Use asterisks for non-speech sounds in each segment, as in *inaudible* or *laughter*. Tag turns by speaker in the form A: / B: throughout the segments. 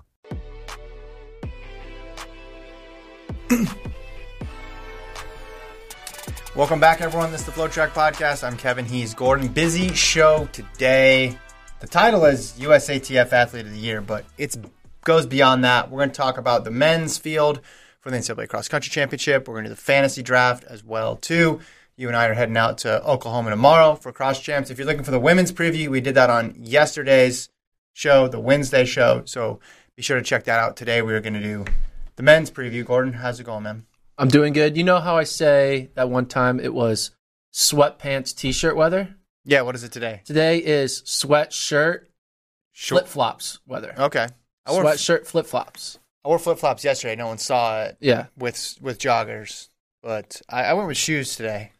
A: Welcome back, everyone. This is the Flow Track Podcast. I'm Kevin Hees Gordon. Busy show today. The title is USATF Athlete of the Year, but it goes beyond that. We're going to talk about the men's field for the NCAA Cross Country Championship. We're going to do the fantasy draft as well too. You and I are heading out to Oklahoma tomorrow for cross champs. If you're looking for the women's preview, we did that on yesterday's show, the Wednesday show. So be sure to check that out today. We are going to do the men's preview. Gordon, how's it going, man?
B: I'm doing good. You know how I say that one time it was sweatpants t shirt weather?
A: Yeah, what is it today?
B: Today is sweatshirt flip flops weather.
A: Okay. I wore,
B: Sweatshirt flip flops.
A: I wore flip flops yesterday. No one saw it
B: Yeah.
A: with with joggers, but I, I went with shoes today.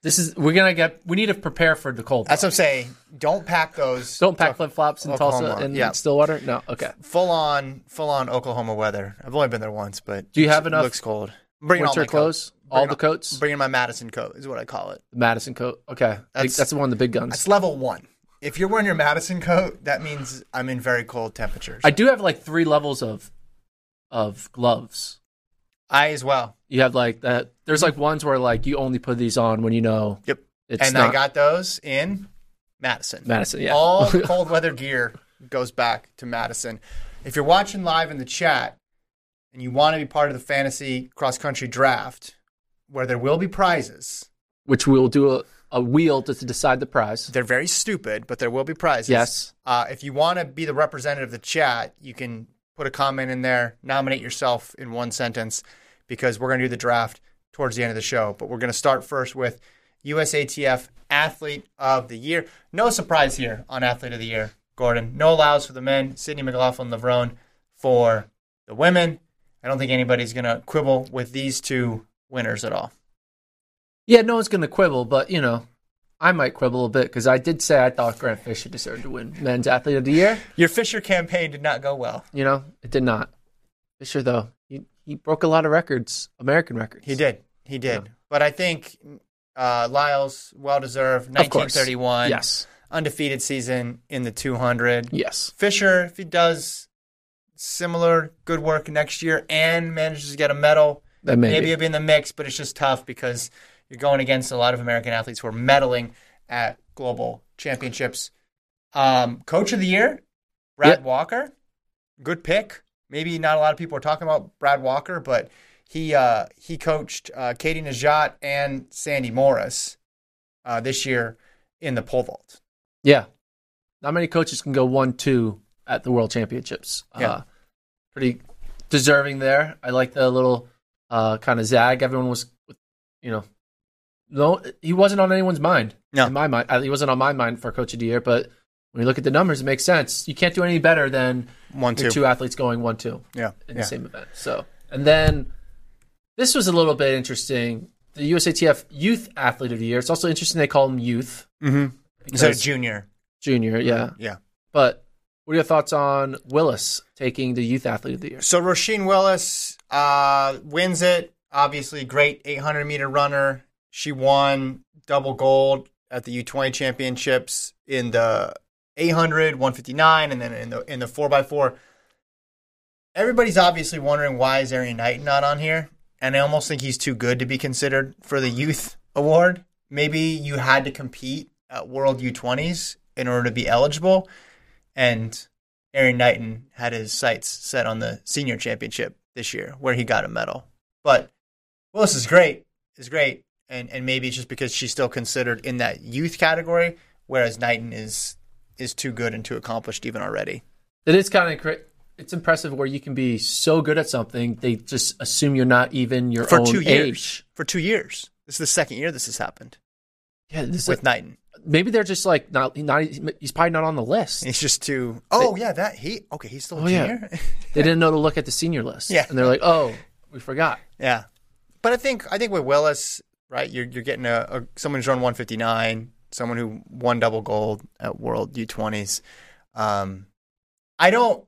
B: This is, we're going to get, we need to prepare for the cold.
A: That's what I'm saying. Don't pack those.
B: Don't pack flip flops in Tulsa
A: Oklahoma,
B: and
A: yeah.
B: Stillwater? No. Okay.
A: full on full on Oklahoma weather. I've only been there once, but
B: Do you have
A: it
B: enough
A: Looks cold. Bringing
B: Winter clothes? All the coats?
A: Bringing my Madison coat is what I call it.
B: Madison coat. Okay.
A: That's-
B: That's, that's the one, of the big guns.
A: That's level one. If you're wearing your Madison coat, that means I'm in very cold temperatures.
B: I do have like three levels of, of gloves.
A: I as well.
B: You have like that. There's like ones where like you only put these on when you know
A: Yep.
B: it's
A: and
B: not
A: I got those in Madison.
B: Madison. Yeah. *laughs*
A: All cold weather gear goes back to Madison. If you're watching live in the chat and you want to be part of the fantasy cross country draft, where there will be prizes,
B: Which we'll do a, a wheel to, to decide the prize.
A: They're very stupid, but there will be prizes.
B: Yes.
A: Uh, if you want to be the representative of the chat, you can put a comment in there, nominate yourself in one sentence, because we're going to do the draft towards the end of the show. But we're going to start first with USATF Athlete of the Year. No surprise here on Athlete of the Year, Gordon. No allows for the men. Sydney McLaughlin Lavrone for the women. I don't think anybody's going to quibble with these two winners at all.
B: Yeah, no one's going to quibble, but you know, I might quibble a bit because I did say I thought Grant Fisher deserved to win Men's Athlete of the Year.
A: Your Fisher campaign did not go well.
B: You know, it did not. Fisher though, he, he broke a lot of records, American records.
A: He did. He did.
B: Yeah.
A: But I think uh, Lyles, well deserved.
B: Of course.
A: 1931.
B: Yes.
A: Undefeated season in the 200.
B: Yes.
A: Fisher, if he does similar good work next year and manages to get a medal,
B: That may
A: maybe
B: be.
A: he'll be in the mix, but it's just tough because you're going against a lot of American athletes who are medaling at global championships. Um, Coach of the year, Brad
B: Yep.
A: Walker. Good pick. Maybe not a lot of people are talking about Brad Walker, but he uh, he coached uh, Katie Najat and Sandy Morris uh, this year in the pole vault.
B: Yeah. Not many coaches can go one two at the World Championships.
A: Yeah.
B: Uh, pretty deserving there. I like the little uh, kind of zag. Everyone was, you know, no, he wasn't on anyone's mind.
A: No.
B: in my mind, Uh, he wasn't on my mind for Coach of the Year. But when you look at the numbers, it makes sense. You can't do any better than
A: One
B: your two athletes going one two
A: Yeah,
B: in
A: yeah.
B: the same event. So, and then this was a little bit interesting. The USATF Youth Athlete of the Year. It's also interesting they call him youth.
A: Mm-hmm. So
B: because-
A: junior,
B: junior, yeah.
A: yeah.
B: But what are your thoughts on Willis taking the youth athlete of the year?
A: So Roisin Willis, uh, wins it. Obviously, great 800 meter runner. She won double gold at the U20 championships in the 800, 159, and then in the in the 4x4. Everybody's obviously wondering why is Arian Knight not on here, and I almost think he's too good to be considered for the youth award. Maybe you had to compete at World U20s in order to be eligible, and Aaron Knighton had his sights set on the senior championship this year, where he got a medal. But Willis is great, is great, and and maybe it's just because she's still considered in that youth category, whereas Knighton is is too good and too accomplished even already.
B: It is kind of it's impressive where you can be so good at something they just assume you're not even your
A: For
B: own
A: two years,
B: age.
A: for two years, this is the second year this has happened
B: Yeah, this is
A: with Knighton.
B: maybe they're just like not not he's probably not on the list.
A: He's just too. Oh yeah, that he okay. He's still a
B: Oh, yeah.
A: junior. *laughs*
B: They didn't know to look at the senior list.
A: Yeah.
B: and they're like, oh, we forgot.
A: Yeah, but I think I think with Willis, right? You're you're getting a, a someone who's run 159, someone who won double gold at World U20s. Um, I don't.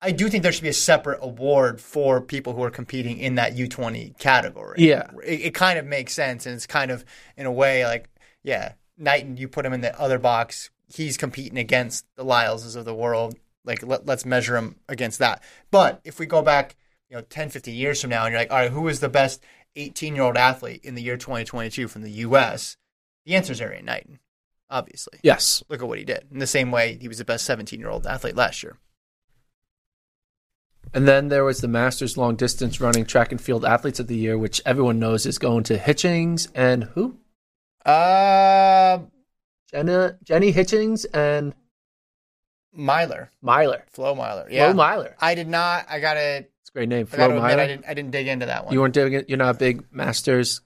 A: I do think there should be a separate award for people who are competing in that U20 category.
B: Yeah.
A: it, it kind of makes sense, and it's kind of in a way like, yeah, Knighton, you put him in the other box. He's competing against the Lyleses of the world. Like, let, let's measure him against that. But if we go back, you know, 10, 15 years from now, and you're like, all right, who is the best 18 year old athlete in the year 2022 from the U.S.? The answer is Arian Knighton, obviously.
B: Yes,
A: Look at what he did. In the same way, he was the best 17 year old athlete last year.
B: and then there was the Masters long distance running track and field athletes of the year, which everyone knows is going to Hitchings and who?
A: Uh,
B: Jenna, Jenny Hitchings and
A: Myler,
B: Myler.
A: Flo Myler.
B: Flo
A: Yeah,
B: Myler.
A: I did not. I gotta.
B: It's a great name.
A: I
B: Flo
A: gotta admit,
B: Myler.
A: I didn't. I didn't dig into that one.
B: You weren't doing it. You're not a big Masters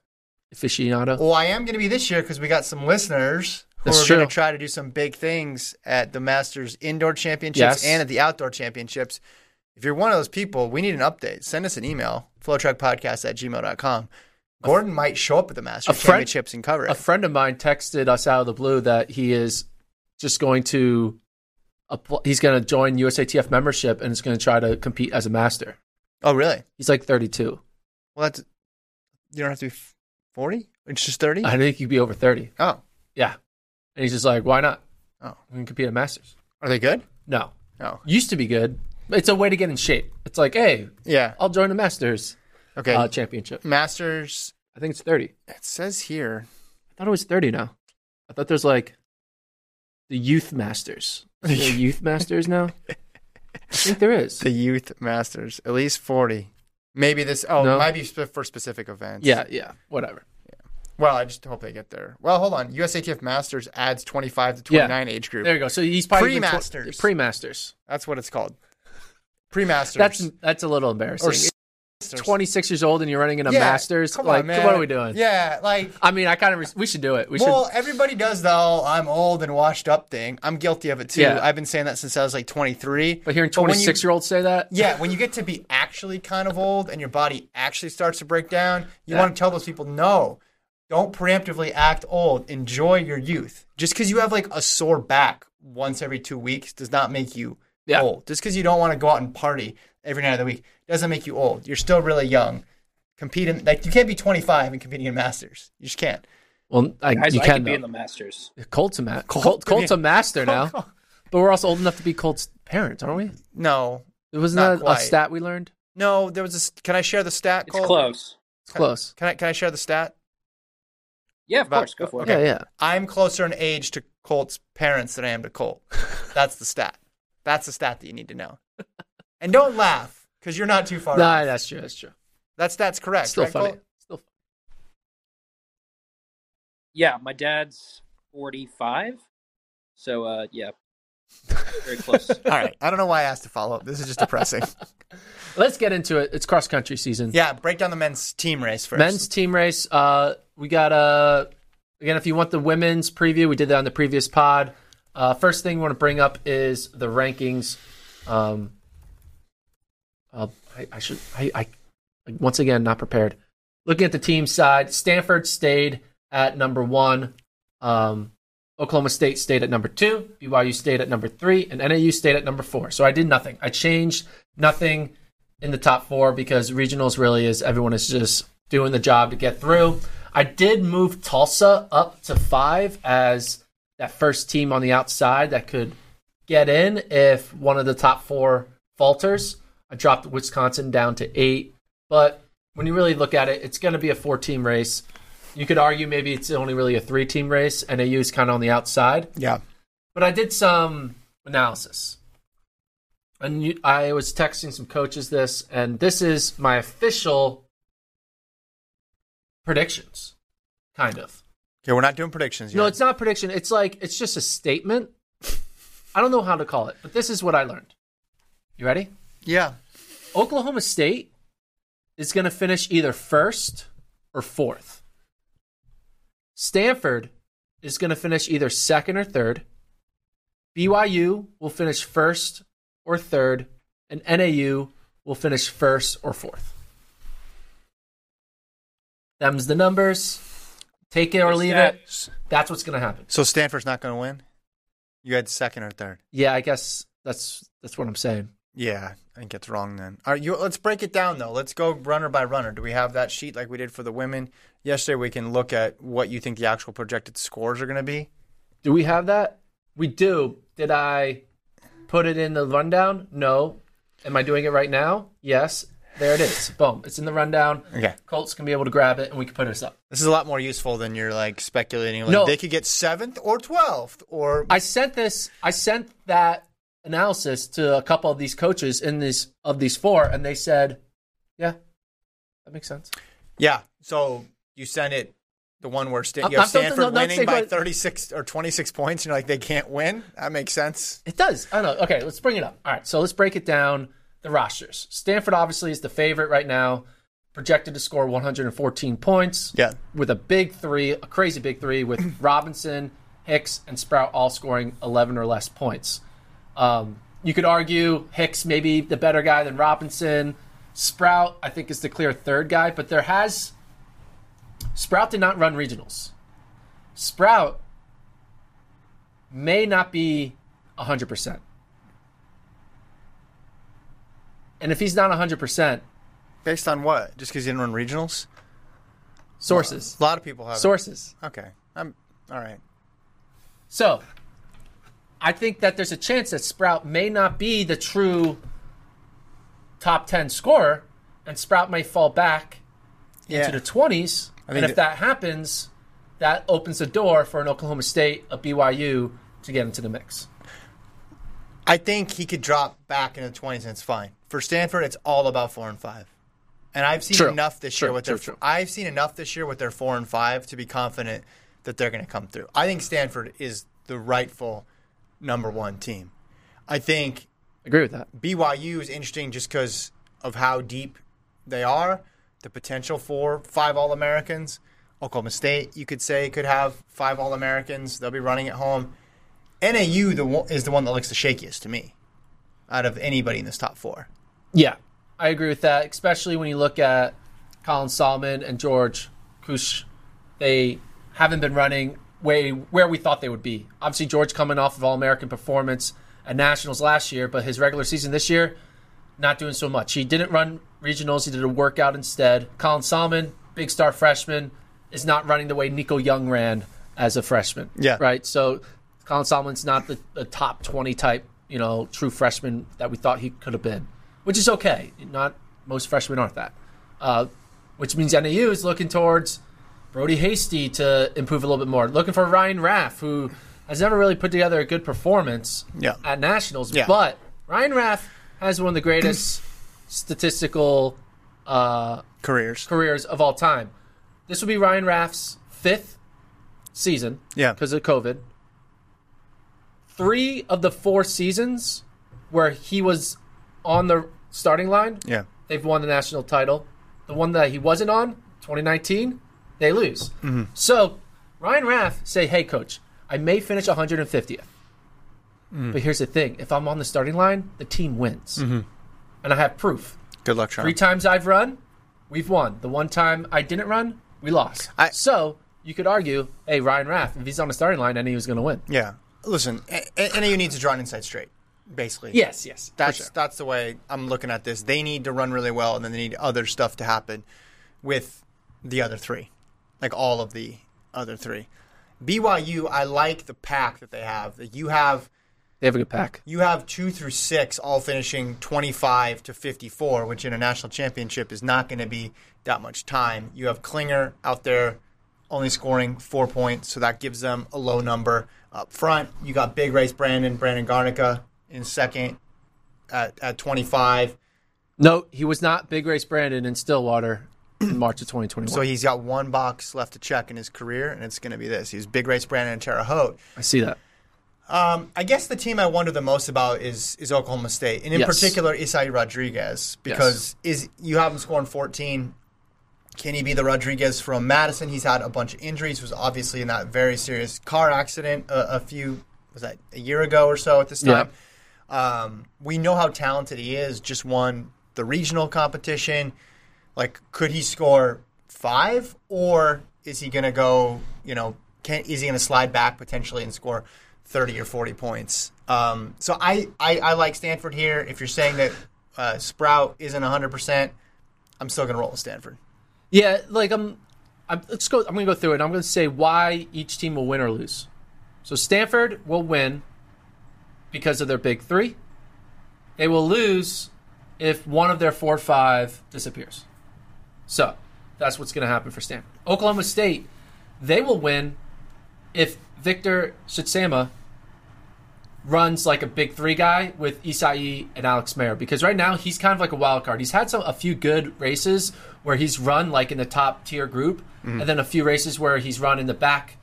B: aficionado.
A: Well, I am going to be this year because we got some listeners who
B: That's
A: are going
B: true.
A: to try to do some big things at the Masters Indoor Championships
B: Yes.
A: and at the Outdoor Championships. If you're one of those people, we need an update. Send us an email, flowtrackpodcast at gmail.com. Gordon might show up at the Masters
B: friend-
A: Championships and cover it.
B: A friend of mine texted us out of the blue that he is just going to appl- he's going to join USATF membership and is going to try to compete as a master.
A: oh, really?
B: He's like 32.
A: Well, that's, you don't have to be 40? It's just 30?
B: I think he'd be over 30.
A: Oh,
B: Yeah, and he's just like, why not?
A: oh.
B: We can compete at Masters.
A: Are they good?
B: No,
A: Oh.
B: used to be good. It's a way to get in shape. It's like, hey,
A: Yeah.
B: I'll join the Masters
A: Okay.
B: uh, championship.
A: Masters,
B: I think it's 30.
A: it says here.
B: I thought it was 30 now. I thought there's like the youth masters.
A: *laughs*
B: Is there a youth masters now? I think there is.
A: The youth masters, at least forty. Maybe this. Oh,
B: No.
A: it might be sp- for specific events.
B: yeah, yeah, whatever.
A: Well, I just hope they get there. Well, hold on. USATF masters adds twenty-five to
B: Yeah.
A: twenty-nine age group.
B: There you go. So he's probably been tw-
A: Pre-masters.
B: pre-masters.
A: That's what it's called. Pre-masters.
B: That's that's a little embarrassing.
A: Or
B: It's 26 years old and you're running in a
A: Yeah,
B: masters.
A: Come
B: like,
A: on, man.
B: what are we doing?
A: Yeah, like.
B: I mean, I kind of res- we should do it. We
A: well,
B: should.
A: everybody does the whole "I'm old and washed up" thing. I'm guilty of it too.
B: Yeah.
A: I've been saying that since I was like 23.
B: But hearing
A: when you-
B: 26 year olds say that,
A: Yeah, when you get to be actually kind of old and your body actually starts to break down, you
B: Yeah.
A: want to tell those people, no, don't preemptively act old. Enjoy your youth. Just because you have like a sore back once every two weeks does not make you
B: Yeah.
A: old. Just because you don't want to go out and party every night of the week doesn't make you old. You're still really young. Compete in like you can't be 25 and competing in masters. You just can't.
B: well, I,
C: Guys,
B: you
C: I
B: can.
C: could be in
B: though.
C: the Masters.
B: Colt's a ma- Colt, Colt's a master now, but we're also old enough to be Colt's parents, aren't we?
A: No,
B: It wasn't
A: Not
B: that a- a
A: quite.
B: stat we learned.
A: no. There was a. s- Can I share the stat?
C: It's
A: Cole?
C: close.
B: It's close.
A: Can I can I share the stat?
C: Yeah, of
A: About-
C: course. Go for
A: okay.
C: it.
B: Yeah, yeah.
A: I'm closer in age to Colt's parents than I am to Colt.
B: *laughs*
A: That's the stat. That's the stat that you need to know. And don't laugh because you're not too far.
B: No,
A: off.
B: that's true. That's true.
A: That stat's correct.
B: Still
A: right,
B: funny.
A: Colt?
B: Still funny.
C: Yeah, my dad's 45. So, uh,
A: *laughs*
C: yeah, very close.
A: All right. I don't know why I asked to follow up. This is just depressing.
B: Let's get into it. It's cross country season.
A: *laughs* yeah. Break down the men's team race first.
B: Men's team race. Uh, we got uh, again. If you want the women's preview, we did that on the previous pod. Uh, first thing we want to bring up is the rankings. Um, uh, I, I should. I, I once again not prepared. Looking at the team side, Stanford stayed at number one. Um, Oklahoma State stayed at number two. BYU stayed at number three, and NAU stayed at number four. So I did nothing. I changed nothing in the top four because regionals really is everyone is just doing the job to get through. I did move Tulsa up to five as that first team on the outside that could get in if one of the top four falters. I dropped Wisconsin down to eight, but when you really look at it, it's going to be a four team race. You could argue maybe it's only really a three team race, and AU is kind of on the outside.
A: Yeah.
B: But I did some analysis. And you, I was texting some coaches this, and this is my official predictions, kind of.
D: Okay, we're not doing predictions yet.
B: No, it's not prediction. It's like, it's just a statement. I don't know how to call it, but this is what I learned. You ready?
A: Yeah.
B: Oklahoma State is going to finish either first or fourth. Stanford is going to finish either second or third. BYU will finish first or third, and NAU will finish first or fourth. Them's the numbers. Take it or
C: There's
B: leave
C: that.
B: it. That's what's going to happen.
A: So Stanford's not going to win. You had second or third.
B: Yeah, I guess that's that's what I'm saying.
A: Yeah, I think it's wrong then. All right, you, let's break it down though. Let's go runner by runner. Do we have that sheet like we did for the women yesterday? We can look at what you think the actual projected scores are going to be.
B: Do we have that? We do. Did I put it in the rundown? No. Am I doing it right now? Yes. There it is. Boom. It's in the rundown.
A: Okay.
B: Colts can be able to grab it and we can put this up.
A: This is a lot more useful than you're like speculating. Like
B: No.
A: they could get seventh or twelfth or
B: I sent this I sent that analysis to a couple of these coaches in these of these four and they said, Yeah, that makes sense.
A: yeah. So you sent it the one where Stan-
B: I'm-
A: you have
B: I'm still-
A: Stanford
B: no, no,
A: winning
B: say
A: by
B: what-
A: thirty six or twenty six points. And you're like they can't win. That makes sense.
B: It does. I don't know. Okay, let's bring it up. All right, so let's break it down. The rosters. Stanford obviously is the favorite right now, projected to score 114 points.
A: Yeah.
B: With a big three, a crazy big three, with Robinson, Hicks, and Sprout all scoring 11 or less points. Um, you could argue Hicks maybe the better guy than Robinson. Sprout, I think, is the clear third guy, but there has. Sprout did not run regionals. Sprout may not be 100%. And if he's not 100%,
A: Based on what? Just because you didn't run regionals?
B: sources.
A: A lot of people have
B: Sources.
A: Okay. I'm all right.
B: So I think that there's a chance that Sprout may not be the true top 10 scorer, and Sprout may fall back
A: Yeah.
B: to the 20s.
A: I
B: And
A: think
B: if that happens, that opens the door for an Oklahoma State, a BYU to get into the mix.
A: I think he could drop back in the twenties and it's fine. For Stanford, it's all about four and five. And I've seen
B: True.
A: enough this
B: True,
A: year with
B: true,
A: their
B: true.
A: I've seen enough this year with their four and five to be confident that they're gonna come through. I think Stanford is the rightful number one team. I think
B: Agree with that.
A: BYU is interesting just because of how deep they are, the potential for five All Americans. Oklahoma State, you could say, could have five All Americans. They'll be running at home. NAU the one, is the one that looks the shakiest to me out of anybody in this top four.
B: Yeah, I agree with that, especially when you look at Colin Solomon and George Kush. They haven't been running way where we thought they would be. Obviously, George coming off of All American performance at Nationals last year, but his regular season this year, not doing so much. He didn't run regionals, he did a workout instead. Colin Solomon, big star freshman, is not running the way Nico Young ran as a freshman.
A: Yeah.
B: Right? So Colin Solomon's not the, the top 20 type, you know, true freshman that we thought he could have been, which is okay. Not most freshmen aren't that. Uh, which means NAU is looking towards Brody Hasty to improve a little bit more. Looking for Ryan Raff, who has never really put together a good performance
A: Yeah.
B: at Nationals.
A: Yeah.
B: But Ryan Raff has one of the greatest *clears throat* statistical uh,
A: Careers.
B: careers of all time. This will be Ryan Raff's fifth season
A: Yeah.
B: because of COVID. Three of the four seasons where he was on the starting line,
A: Yeah.
B: they've won the national title. The one that he wasn't on, 2019, they lose. So Ryan Raff say, "Hey, coach, I may finish 150th, but here's the thing: if I'm on the starting line, the team wins, and I have proof.
A: Good luck,
B: Three
A: Sean.
B: times I've run, we've won. The one time I didn't run, we lost.
A: I-
B: so." You could argue, hey, Ryan Raff, if he's on the starting line, then he was going to win.
A: Yeah. Listen, a- a- NAU needs to draw an inside straight. basically.
B: Yes, yes. for
A: That's
B: sure.
A: that's the way I'm looking at this. They need to run really well, and then they need other stuff to happen with the other three, like all of the other three. BYU, I like the pack that they have. That you have
B: They have a good pack.
A: you have two through six all finishing 25 to 54, which in a national championship is not going to be that much time. You have Klinger out there only scoring four points, so that gives them a low number up front. You got Big Race Brandon, Brandon Garnica in second at, at 25.
B: No, he was not big race Brandon in Stillwater in March of 2021.
A: So he's got one box left to check in his career, and it's going to be this. He's Big Race Brandon and Terre Haute.
B: I see that.
A: I guess the team I wonder the most about is is Oklahoma State, and in
B: Yes.
A: particular Isai Rodriguez, because is you have him scoring 14. Can he be the Rodriguez from Madison? He's had a bunch of injuries. Was obviously in that very serious car accident a, a few was that a year ago or so at this
B: Yeah.
A: time. Um, we know how talented he is. Just won the regional competition. Like, could he score five, or is he going to go? You know, can is he going to slide back potentially and score thirty or forty points? Um, so I, I I like Stanford here. If you're saying that uh, Sprout isn't hundred percent, I'm still going to roll with Stanford.
B: Yeah, like I'm, I'm let's go. I'm gonna go through it. I'm gonna say why each team will win or lose. So Stanford will win because of their big three. They will lose if one of their four or five disappears. So that's what's gonna happen for Stanford. Oklahoma State, they will win if Victor Shutsama runs like a big three guy with Isai and Alex Mayer because right now he's kind of like a wild card. He's had some a few good races where he's run like in the top tier group, and then a few races where he's run in the back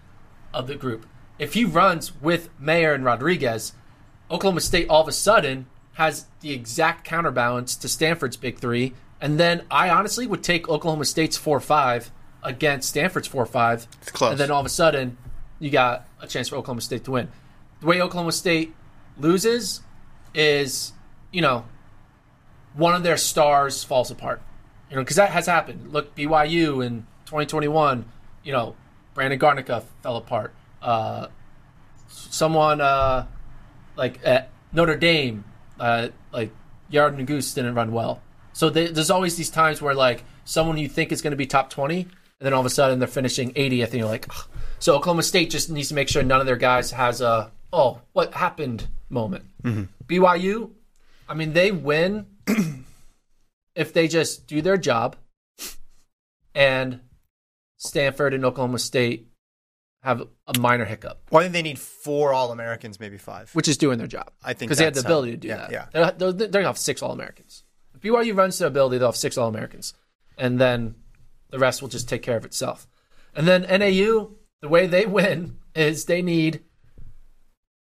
B: of the group. If he runs with Mayer and Rodriguez, Oklahoma State all of a sudden has the exact counterbalance to Stanford's big three, and then I honestly would take Oklahoma State's four five against Stanford's four five,
A: close.
B: and then all of a sudden you got a chance for Oklahoma State to win. The way Oklahoma State loses is, you know, one of their stars falls apart. You know, because that has happened. Look, BYU in 2021, you know, Brandon Garnica fell apart. Uh, someone uh, like at Notre Dame, uh, like Yard and Goose didn't run well. So there- there's always these times where like someone you think is going to be top 20, and then all of a sudden they're finishing 80th, and you're like, "Ugh." so Oklahoma State just needs to make sure none of their guys has a oh what happened moment. BYU, I mean they win *clears throat* if they just do their job, and Stanford and Oklahoma State have a minor hiccup
A: Well, I think they need four All Americans, maybe five.
B: which is doing their job.
A: I think
B: because they have the
A: that's
B: ability
A: how-
B: to do
A: yeah,
B: that.
A: yeah.
B: they're, they're, they're gonna have six All Americans. If BYU runs to their ability, they'll have six All Americans, and then the rest will just take care of itself. And then NAU, the way they win is they need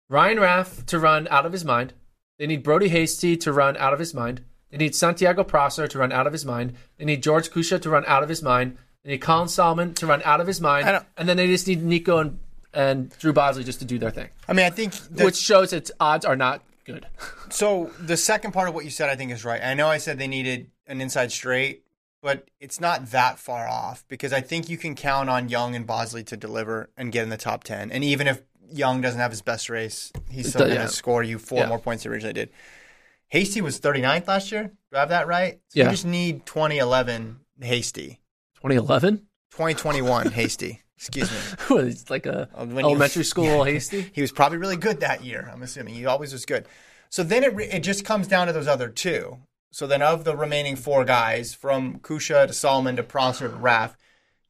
B: Ryan Raff to run out of his mind. They need Brody Hasty to run out of his mind. They need Santiago Prosser to run out of his mind. They need George Kusha to run out of his mind. They need Colin Solomon to run out of his
A: I
B: mind.
A: don't-
B: And then they just need Nico and, and Drew Bosley just to do their thing
A: I mean, I think the-
B: which shows its odds are not good.
A: So the second part of what you said, I think, is right. I know I said they needed an inside straight, but it's not that far off because I think you can count on Young and Bosley to deliver and get in the top ten. And even if Young doesn't have his best race, he's still
B: does-
A: going to
B: yeah.
A: score you four
B: Yeah.
A: more points than he originally did. Hasty was 39th last year. Do I have that right? So You
B: Yeah.
A: just need 2011 Hasty,
B: *laughs* 2011?
A: 2021 Hasty. Excuse me.
B: it's like a
A: when you-
B: elementary
A: *laughs*
B: school hasty.
A: He was probably really good that year. I'm assuming he always was good. So then it re- it just comes down to those other two. So then of the remaining four guys, from Kusha to Solomon to Prosser to Raff,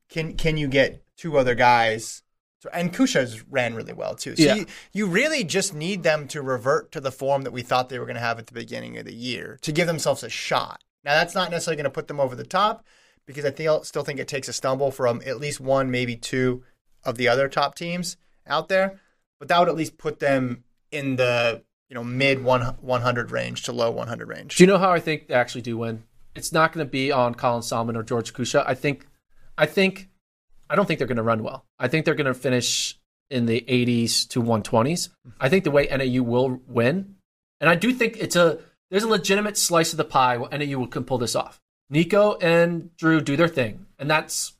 A: can can you get two other guys? So- And Kusha's ran really well too. So
B: Yeah.
A: you, you really just need them to revert to the form that we thought they were going to have at the beginning of the year to give themselves a shot. Now that's not necessarily going to put them over the top because I feel, still think it takes a stumble from at least one, maybe two of the other top teams out there. But that would at least put them in the you know mid one 100 range to low 100 range.
B: Do you know how I think they actually do win? It's not going to be on Colin Salmon or George Kusha. I think, I think, I don't think they're going to run well. I think they're going to finish in the 80s to 120s. I think the way NAU will win, and I do think it's a there's a legitimate slice of the pie where NAU will- can pull this off. Nico and Drew do their thing, and that's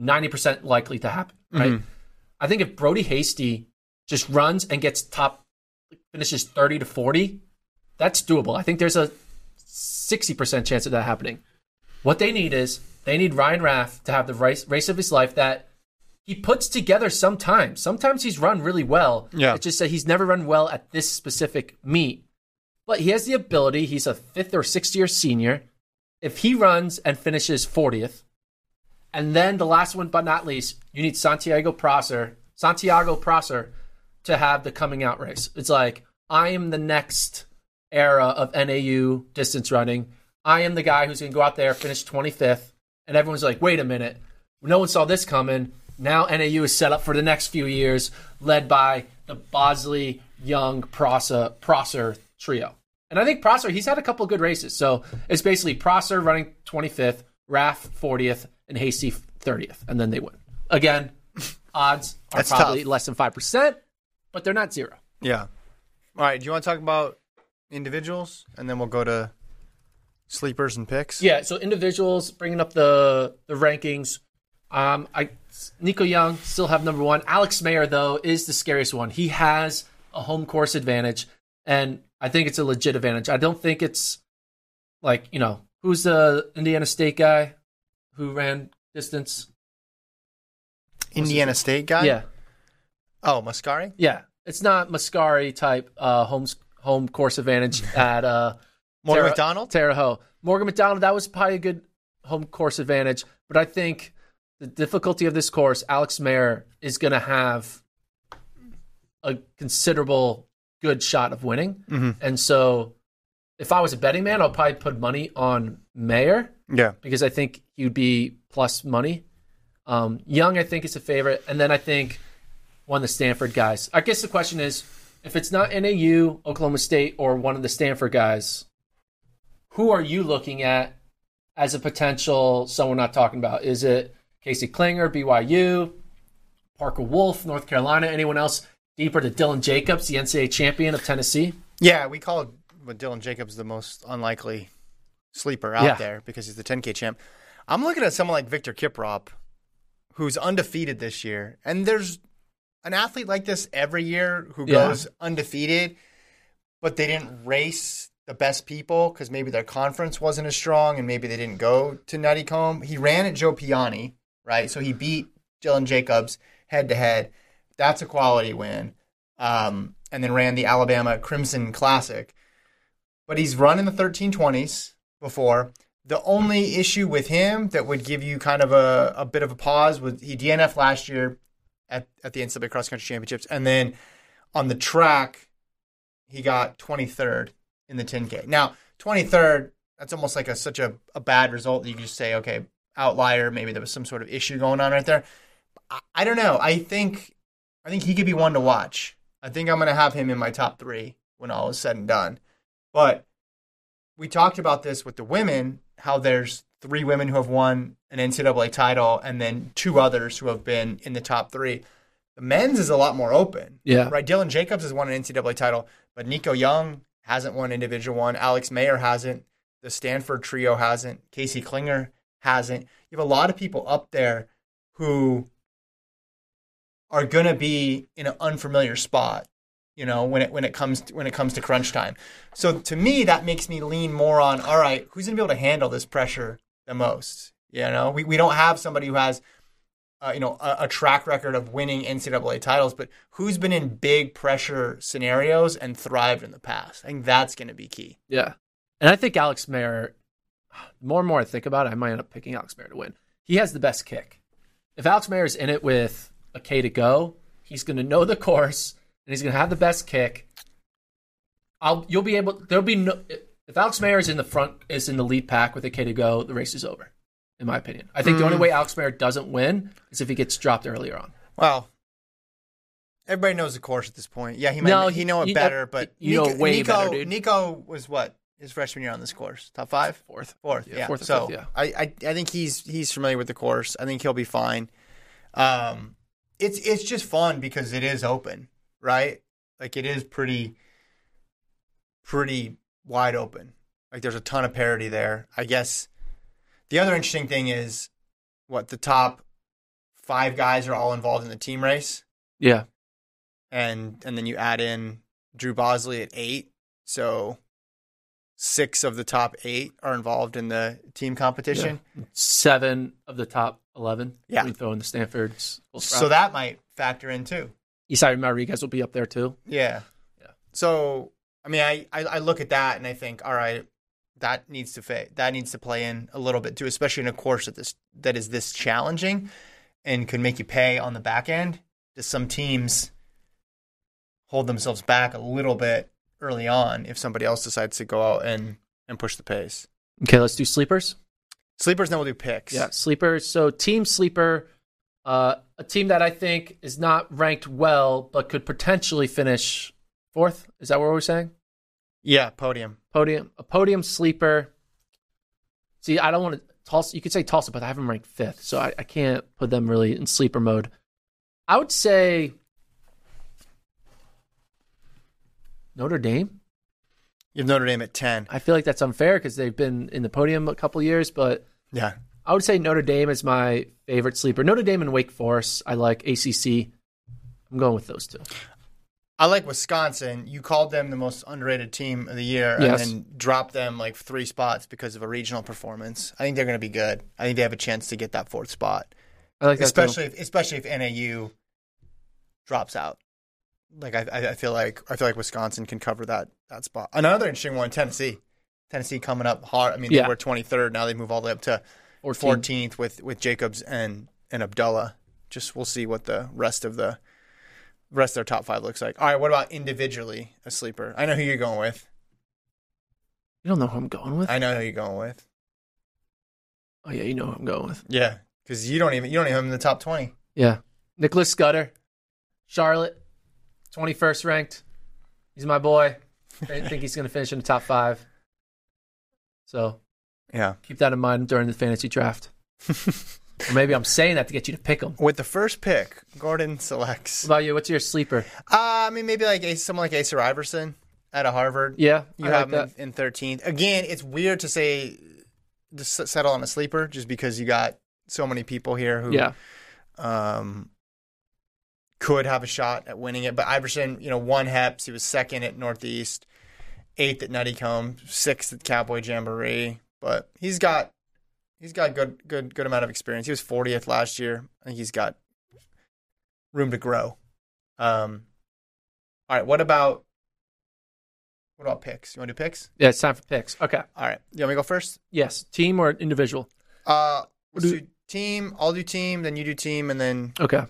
B: 90% likely to happen, right? I think if Brody Hasty just runs and gets top finishes 30 to 40, that's doable. I think there's a 60% chance of that happening. What they need is they need Ryan Rath to have the race, race of his life that he puts together sometimes. Sometimes he's run really well.
E: Yeah.
B: It's just that he's never run well at this specific meet. But he has the ability. He's a fifth or sixth year senior. If he runs and finishes 40th, and then the last one but not least, you need Santiago Prosser, Santiago Prosser to have the coming out race. It's like, I am the next era of NAU distance running. I am the guy who's going to go out there, finish 25th, and everyone's like, wait a minute. No one saw this coming. Now NAU is set up for the next few years, led by the Bosley, Young, Prosser, Prosser trio. And I think Prosser, he's had a couple of good races. So it's basically Prosser running 25th, Raff 40th, and Hasty 30th, and then they win. Again, *laughs* odds are
A: That's
B: probably
A: tough.
B: less than 5%, but they're not zero.
A: Yeah. All right. Do you want to talk about individuals, and then we'll go to sleepers and picks?
B: Yeah, so individuals bringing up the the rankings. Um, I Nico Young still have number one. Alex Mayer though is the scariest one. He has a home course advantage, and I think it's a legit advantage. I don't think it's like you know who's the Indiana State guy who ran distance.
A: Indiana State guy.
B: yeah,
A: Oh, Mascari.
B: yeah. It's not Mascari type uh, home home course advantage at uh,
A: Morgan
B: Tara-
A: McDonald.
B: Terre Haute. Morgan McDonald, that was probably a good home course advantage. But I think the difficulty of this course, Alex Mayer is going to have a considerable good shot of winning.
A: Mm-hmm.
B: And so if I was a betting man, I'll probably put money on Mayer
A: Yeah.
B: because I think he would be plus money. Um, Young, I think, is a favorite. And then I think one of the Stanford guys. I guess the question is if it's not NAU, Oklahoma State, or one of the Stanford guys, who are you looking at as a potential someone not talking about? Is it Casey Klinger, BYU, Parker Wolf, North Carolina, anyone else deeper to Dylan Jacobs, the NCAA champion of Tennessee?
A: Yeah. We called well, Dylan Jacobs the most unlikely sleeper out
B: Yeah.
A: there because he's the 10K champ. I'm looking at someone like Victor Kiprop, who's undefeated this year, and there's an athlete like this every year who
B: Yeah.
A: goes undefeated, but they didn't race the best people because maybe their conference wasn't as strong and maybe they didn't go to Nutty Comb. He ran at Joe Piani, right? So he beat Dylan Jacobs head to head. That's a quality win. Um, and then ran the Alabama Crimson Classic. But he's run in the 1320s before. The only issue with him that would give you kind of a, a bit of a pause was he DNF last year at, at the NCAA Cross Country Championships. And then on the track, he got 23rd in the 10K. Now, 23rd, that's almost like a such a, a bad result that you can just say, okay, outlier. Maybe there was some sort of issue going on right there. I, I don't know. I think I think he could be one to watch. I think I'm going to have him in my top three when all is said and done. But we talked about this with the women, how there's three women who have won an NCAA title and then two others who have been in the top three. The men's is a lot more open.
B: Yeah.
A: Right. Dylan Jacobs has won an NCAA title, but Nico Young hasn't won individual one. Alex Mayer hasn't. The Stanford trio hasn't. Casey Klinger hasn't. You have a lot of people up there who are going to be in an unfamiliar spot you know when it when it comes to, when it comes to crunch time so to me that makes me lean more on all right who's going to be able to handle this pressure the most you know we, we don't have somebody who has uh, you know a, a track record of winning ncaa titles but who's been in big pressure scenarios and thrived in the past i think that's going to be key
B: Yeah. And I think Alex Mayer, more and more I think about it, I might end up picking Alex Mayer to win. He has the best kick. If Alex Mayer is in it with a K to go, he's going to know the course and he's going to have the best kick. I'll, you'll be able, there'll be no, if Alex Mayer is in the front, is in the lead pack with a K to go, the race is over, in my opinion. I think the only way Alex Mayer doesn't win is if he gets dropped earlier on.
A: well everybody knows the course at this point yeah he might
B: No,
A: he know it
B: you-
A: better but
B: you know
A: nico,
B: it way
A: nico,
B: better, dude.
A: nico was what his freshman year on this course top five
B: Fourth.
A: fourth. Yeah,
B: fourth or
A: so
B: fifth, yeah.
A: I, I I think he's he's familiar with the course. I think he'll be fine. Um, it's it's just fun because it is open, right? Like it is pretty pretty wide open. Like there's a ton of parity there. I guess the other interesting thing is what the top five guys are all involved in the team race,
B: Yeah.
A: and and then you add in Drew Bosley at eight. So six of the top eight are involved in the team competition.
B: Seven of the top eleven.
A: Yeah.
B: we throw in the Stanford's.
A: So that might factor in too.
B: Isai Rodriguez will be up there too.
A: Yeah.
B: Yeah.
A: So I mean, I, I I look at that and I think, all right, that needs to fit. That needs to play in a little bit too, especially in a course that this that is this challenging and can make you pay on the back end. Does some teams hold themselves back a little bit early on if somebody else decides to go out and and push the pace?
B: Okay, let's do sleepers.
A: Sleepers, then we'll do picks.
B: Yeah, sleeper. So team sleeper, uh, a team that I think is not ranked well, but could potentially finish fourth. Is that what we're saying?
A: Yeah. Podium.
B: Podium, a podium sleeper. See, I don't want to Tulsa. You could say Tulsa, but I have them ranked fifth, so I, I can't put them really in sleeper mode. I would say Notre Dame.
A: You have Notre Dame at ten.
B: I feel like that's unfair because they've been in the podium a couple years, but
A: Yeah.
B: I would say Notre Dame is my favorite sleeper. Notre Dame and Wake Forest. I like ACC. I'm going with those two.
A: I like Wisconsin. You called them the most underrated team of the year
B: Yes.
A: and then dropped them like three spots because of a regional performance. I think they're going to be good. I think they have a chance to get that fourth spot,
B: I like that too.
A: especially if, especially if NAU drops out. Like I- I, I feel like I feel like Wisconsin can cover that that spot. Another interesting one, Tennessee. Tennessee coming up hard. I mean,
B: Yeah.
A: they were 23rd. Now they move all the way up to
B: 14.
A: 14th with with Jacobs and and Abdullah. Just we'll see what the rest of the rest of their top five looks like. All right, what about individually a sleeper? I know who you're going with.
B: You don't know who I'm going with?
A: I know who you're going with.
B: oh yeah, you know who I'm going with.
A: Yeah, because you don't even you don't even have him in the top 20.
B: Yeah. Nicholas Scudder, Charlotte, 21st ranked. He's my boy. I think he's going to finish in the top five. So
A: Yeah.
B: keep that in mind during the fantasy draft. or maybe I'm saying that to get you to pick him. What
A: With the first pick, Gordon selects. Uh,
B: about you? What's your sleeper?
A: I mean, maybe like Ace, someone like Acer Iverson out of Harvard.
B: Yeah,
A: you
B: I
A: have
B: like
A: him in, in 13th. Again, it's weird to say to s- settle on a sleeper just because you got so many people here who
B: Yeah.
A: um, could have a shot at winning it. But Iverson, you know, won Heps. He was second at Northeast, eighth at Nuttycombe, sixth at Cowboy Jamboree. But he's got he's got good good good amount of experience. He was 40th last year. I think he's got room to grow. Um, all right, what about what about picks? You want to do picks?
B: Yeah, it's time for picks. Okay.
A: All right, you want me to go first?
B: Yes. Team or individual?
A: Uh, let's
B: do-
A: do team. I'll do team, then you do team, and then
B: Okay.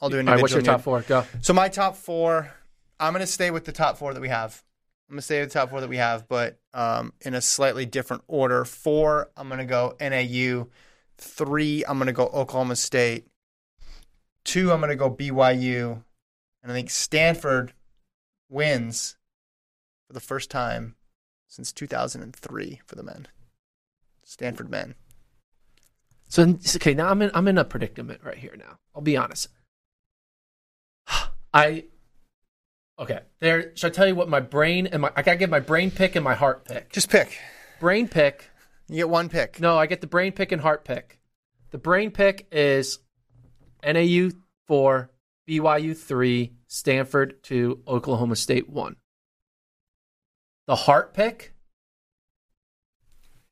A: I'll do
B: All
A: individual.
B: right. What's your
A: and you-
B: top four? Go.
A: So my top four, I'm gonna stay with the top four that we have. I'm gonna stay with the top four that we have, but um, in a slightly different order. Four, I'm gonna go NAU. Three, I'm gonna go Oklahoma State. Two, I'm gonna go BYU, and I think Stanford wins for the first time since 2003 for the men. Stanford men.
B: So it's okay, now I'm in I'm in a predicament right here now. I'll be honest. *sighs* I okay. There should I tell you what my brain and my I gotta give my brain pick and my heart pick.
A: Just pick.
B: Brain pick.
A: You get one pick.
B: No, I get the brain pick and heart pick. The brain pick is NAU four, BYU three, Stanford two, Oklahoma State one. The heart pick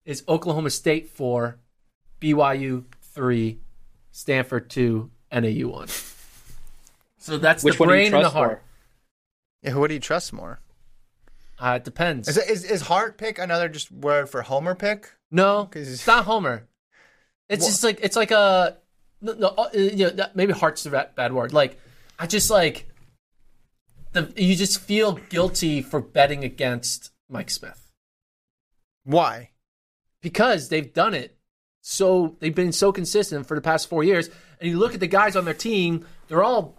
B: is Oklahoma State four, BYU three, Stanford two, NAU one. So that's
C: Which
B: the
C: one do you
B: brain and the
C: trust
B: heart.
C: more?
A: Yeah, who do you trust more?
B: Uh, it depends.
A: Is, is is heart pick another just word for homer pick?
B: No,
A: *laughs* 'Cause-
B: it's not Homer. It's
A: Wha-
B: just like it's like a no, no, uh, you know, that- maybe heart's the ra- bad word. Like I just like the you just feel guilty for betting against Mike Smith
A: Why?
B: because they've done it so they've been so consistent for the past four years. And you look at the guys on their team; they're all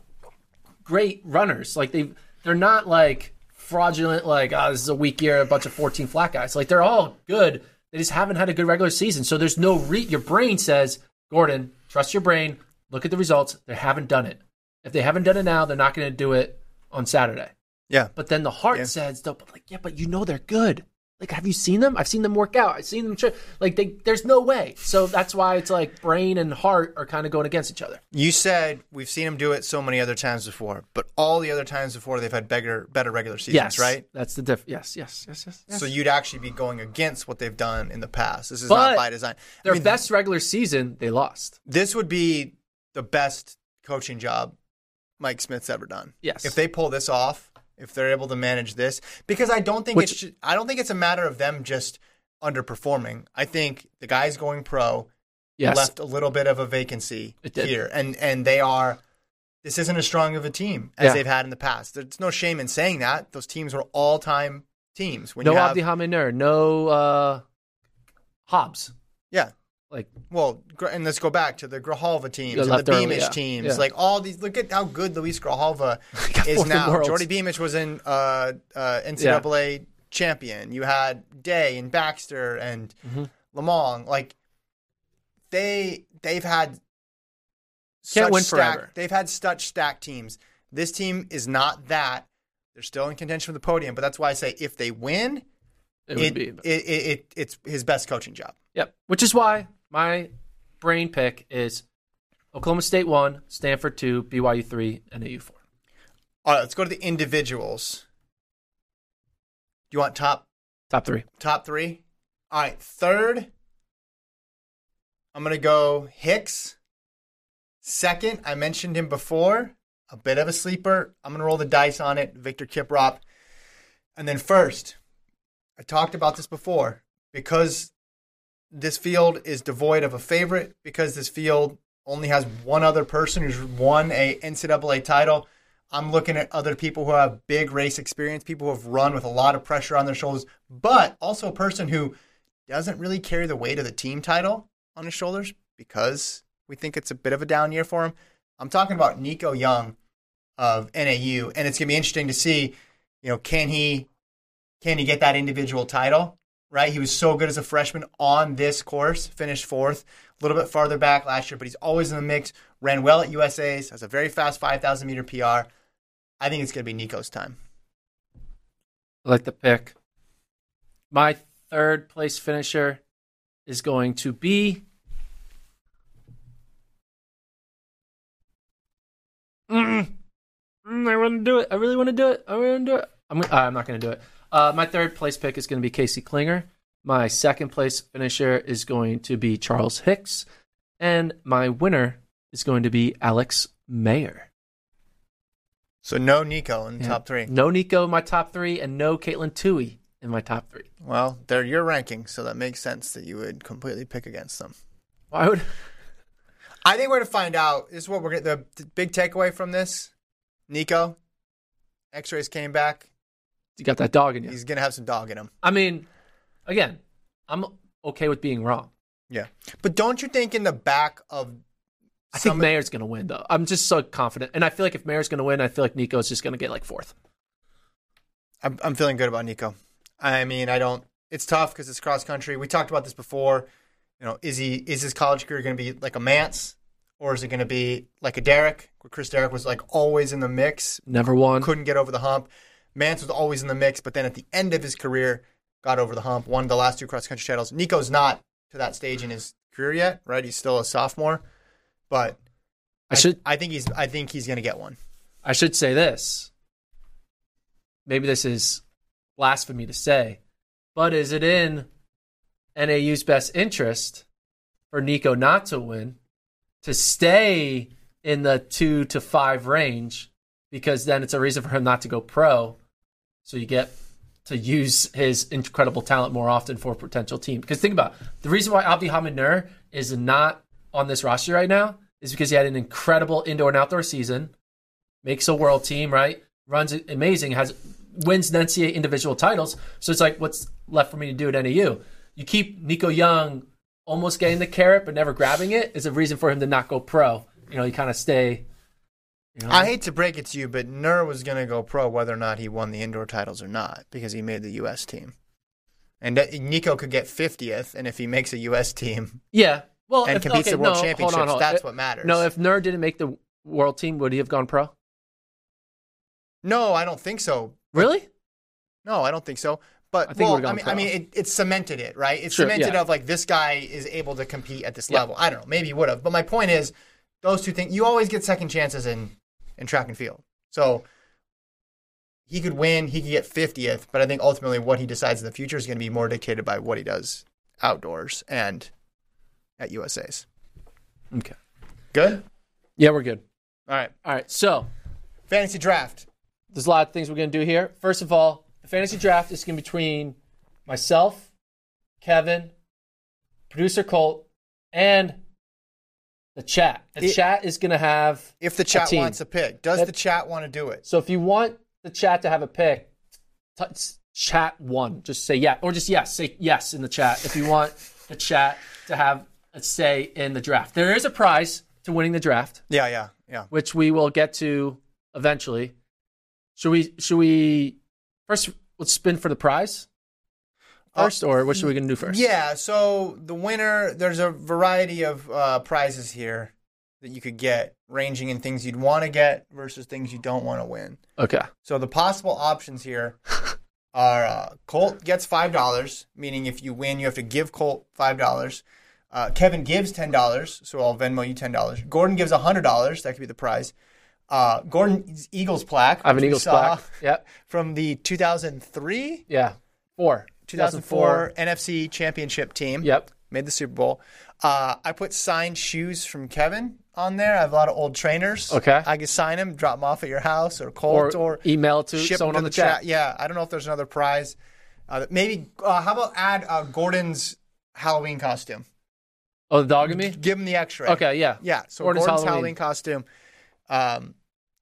B: great runners. Like they they're not like fraudulent. Like oh, this is a weak year, a bunch of fourteen flat guys. Like they're all good. They just haven't had a good regular season. So there's no re- your brain says Gordon, trust your brain. Look at the results. They haven't done it. If they haven't done it now, they're not going to do it on Saturday.
A: Yeah.
B: But then the heart
A: Yeah.
B: says, though, but like, yeah, but you know they're good. Like, have you seen them? I've seen them work out. I've seen them tri- like they. There's no way. So that's why it's like brain and heart are kind of going against each other.
A: You said we've seen them do it so many other times before, but all the other times before they've had better better regular seasons,
B: yes,
A: right?
B: That's the diff. Yes, yes, yes, yes. yes.
A: So you'd actually be going against what they've done in the past. This is
B: But
A: not by design. I
B: Their
A: mean,
B: best regular season, they lost.
A: this would be the best coaching job Mike Smith's ever done.
B: Yes.
A: If they pull this off, if they're able to manage this, because I don't think
B: Which-
A: it's ju- I don't think it's a matter of them just underperforming. I think the guys going pro
B: Yes,
A: left a little bit of a vacancy
B: It did.
A: here, and and they are. This isn't as strong of a team as
B: Yeah.
A: they've had in the past. There's no shame in saying that. Those teams were all time teams. When
B: no
A: you have,
B: Abdi Haminer, no uh, Hobbs.
A: yeah,
B: Like
A: Well, gr- and let's go back to the Grijalva teams
B: Yeah,
A: and the
B: left early,
A: Beamish
B: yeah.
A: teams.
B: Yeah.
A: Like all these, look at how good Luis
B: *laughs*
A: Grijalva is
B: fourth in
A: now.
B: worlds.
A: Jordy Beamish was in uh, uh, NCAA champion. You had Day and Baxter and
B: Mm-hmm.
A: Lamong. Like they they've had
B: Can't
A: such
B: win
A: stack-
B: forever.
A: They've had such stacked teams. This team is not that. They're still in contention for the podium, but that's why I say if they win,
B: it would
A: it-
B: be.
A: it, it, it it's his best coaching job.
B: Yep. Which is why my brain pick is Oklahoma State one, Stanford two, BYU three, and AU four.
A: All right, let's go to the individuals. Do you want top
B: Top three.
A: top three? All right, third. I'm gonna go Hicks. Second, I mentioned him before. A bit of a sleeper. I'm gonna roll the dice on it. Victor Kiprop. And then first, I talked about this before. Because this field is devoid of a favorite, because this field only has one other person who's won a NCAA title. I'm looking at other people who have big race experience, people who have run with a lot of pressure on their shoulders, but also a person who doesn't really carry the weight of the team title on his shoulders because we think it's a bit of a down year for him. I'm talking about Nico Young of NAU, and it's going to be interesting to see, you know, can he can he get that individual title? Right, he was so good as a freshman on this course, finished fourth, a little bit farther back last year, but he's always in the mix. Ran well at USA's, has a very fast 5,000 meter PR. I think it's going to be Nico's time.
B: I like the pick. My third place finisher is going to be. Mm-mm. Mm, I want to do it. I really want to do it. I really want to do it. I'm, uh, I'm not going to do it. Uh, my third place pick is going to be Casey Klinger. My second place finisher is going to be Charles Hicks. And my winner is going to be Alex Mayer.
A: So no Nico in the top three.
B: No Nico in my top three, and no Caitlin Tui in my top three.
A: Well, they're your ranking, so that makes sense that you would completely pick against them.
B: Why would. *laughs*
A: I think we're going to find out. This is what we're gonna, the, the big takeaway from this. Nico, X-rays came back.
B: you got that dog in you.
A: He's going to have some dog in him.
B: I mean, again, I'm okay with being wrong.
A: Yeah, but don't you think in the back of
B: I think
A: Some-
B: Mayer's going to win, though. I'm just so confident. And I feel like if Mayer's going to win, I feel like Nico's just going to get like fourth.
A: I'm, I'm feeling good about Nico. I mean, I don't. It's tough because it's cross country. We talked about this before. You know, is he is his college career going to be like a Mance, or is it going to be like a Derek, where Chris Derek was like always in the mix,
B: Never won.
A: couldn't get over the hump. Mance was always in the mix, but then at the end of his career, got over the hump, won the last two cross country titles. Nico's not to that stage in his career yet, right? He's still a sophomore, but
B: I should
A: I think he's I think he's going to get one.
B: I should say this. Maybe this is blasphemy to say, but is it in NAU's best interest for Nico not to win, to stay in the two to five range, because then it's a reason for him not to go pro. So you get to use his incredible talent more often for a potential team. Because think about it, the reason why Abdi Hamid Nur is not on this roster right now is because he had an incredible indoor and outdoor season makes a world team, right? Runs it amazing, has wins NCAA individual titles. So it's like, what's left for me to do at NAU? You keep Nico Young almost getting the carrot but never grabbing it is a reason for him to not go pro. You know, you kind of stay. You know,
A: I hate to break it to you, but Nur was going to go pro whether or not he won the indoor titles or not because he made the U.S. team. And that, Nico could get 50th, and if he makes a U.S. team, *laughs*
B: yeah. Well,
A: and
B: if,
A: competes
B: okay,
A: at world
B: no, hold on,
A: championships,
B: hold on.
A: that's
B: If-
A: what matters.
B: No, if Nur didn't make the world team, would he have gone pro?
A: no, I don't think so.
B: Really?
A: No, I don't think so. But
B: I think
A: well,
B: we're going
A: I mean, I mean, it, it cemented it, right? It's
B: Sure,
A: cemented
B: yeah.
A: of like this guy is able to compete at this level. I don't know, maybe he would have. But my point is, those two things. You always get second chances in in track and field. So he could win, he could get fiftieth. But I think ultimately, what he decides in the future is going to be more dictated by what he does outdoors and at USA's.
B: Okay.
A: Good.
B: Yeah, we're good.
A: All right.
B: All right. So
A: Fantasy draft.
B: there's a lot of things we're going to do here. First of all, the fantasy draft is going to be between myself, Kevin, producer Colt, and the chat. The
A: It-
B: chat is going to have
A: If the chat
B: team.
A: wants a pick, does
B: That-
A: the chat want to do it?
B: So if you want the chat to have a pick, t- s- chat one. Just say yeah, or just yes. Say yes in the chat if you want the chat to have a say in the draft. There is a prize to winning the draft,
A: Yeah, yeah, yeah.
B: which we will get to eventually. Should we? Should we first? Let's spin for the prize first, or what should we gonna do first?
A: Uh, Yeah, so the winner, there's a variety of uh, prizes here that you could get, ranging in things you'd want to get versus things you don't want to win.
B: Okay.
A: So the possible options
B: *laughs*
A: here are uh, Colt gets five dollars, meaning if you win, you have to give Colt five dollars. Uh, Kevin gives ten dollars, so I'll Venmo you ten dollars. Gordon gives hundred dollars. That could be the prize. Uh, Gordon's Eagles plaque.
B: I have an
A: which we
B: Eagles
A: saw
B: plaque. Yep.
A: *laughs* from the 2003,
B: Yeah. Four.
A: 2004 NFC Championship team
B: Yep.
A: made the Super Bowl. Uh, I put signed shoes from Kevin on there. I have a lot of old trainers.
B: Okay.
A: I can sign them, drop them off at your house or
B: Or,
A: Colt or,
B: email to
A: ship 'em
B: someone
A: to
B: on the, chat.
A: Yeah, I don't know if there's another prize. Uh, that- maybe uh, how about add uh, Gordon's Halloween costume?
B: Oh, the dog and me.
A: Give him the X-ray.
B: Okay. Yeah.
A: Yeah. So Gordon's,
B: Gordon's
A: Halloween.
B: Halloween
A: costume, um,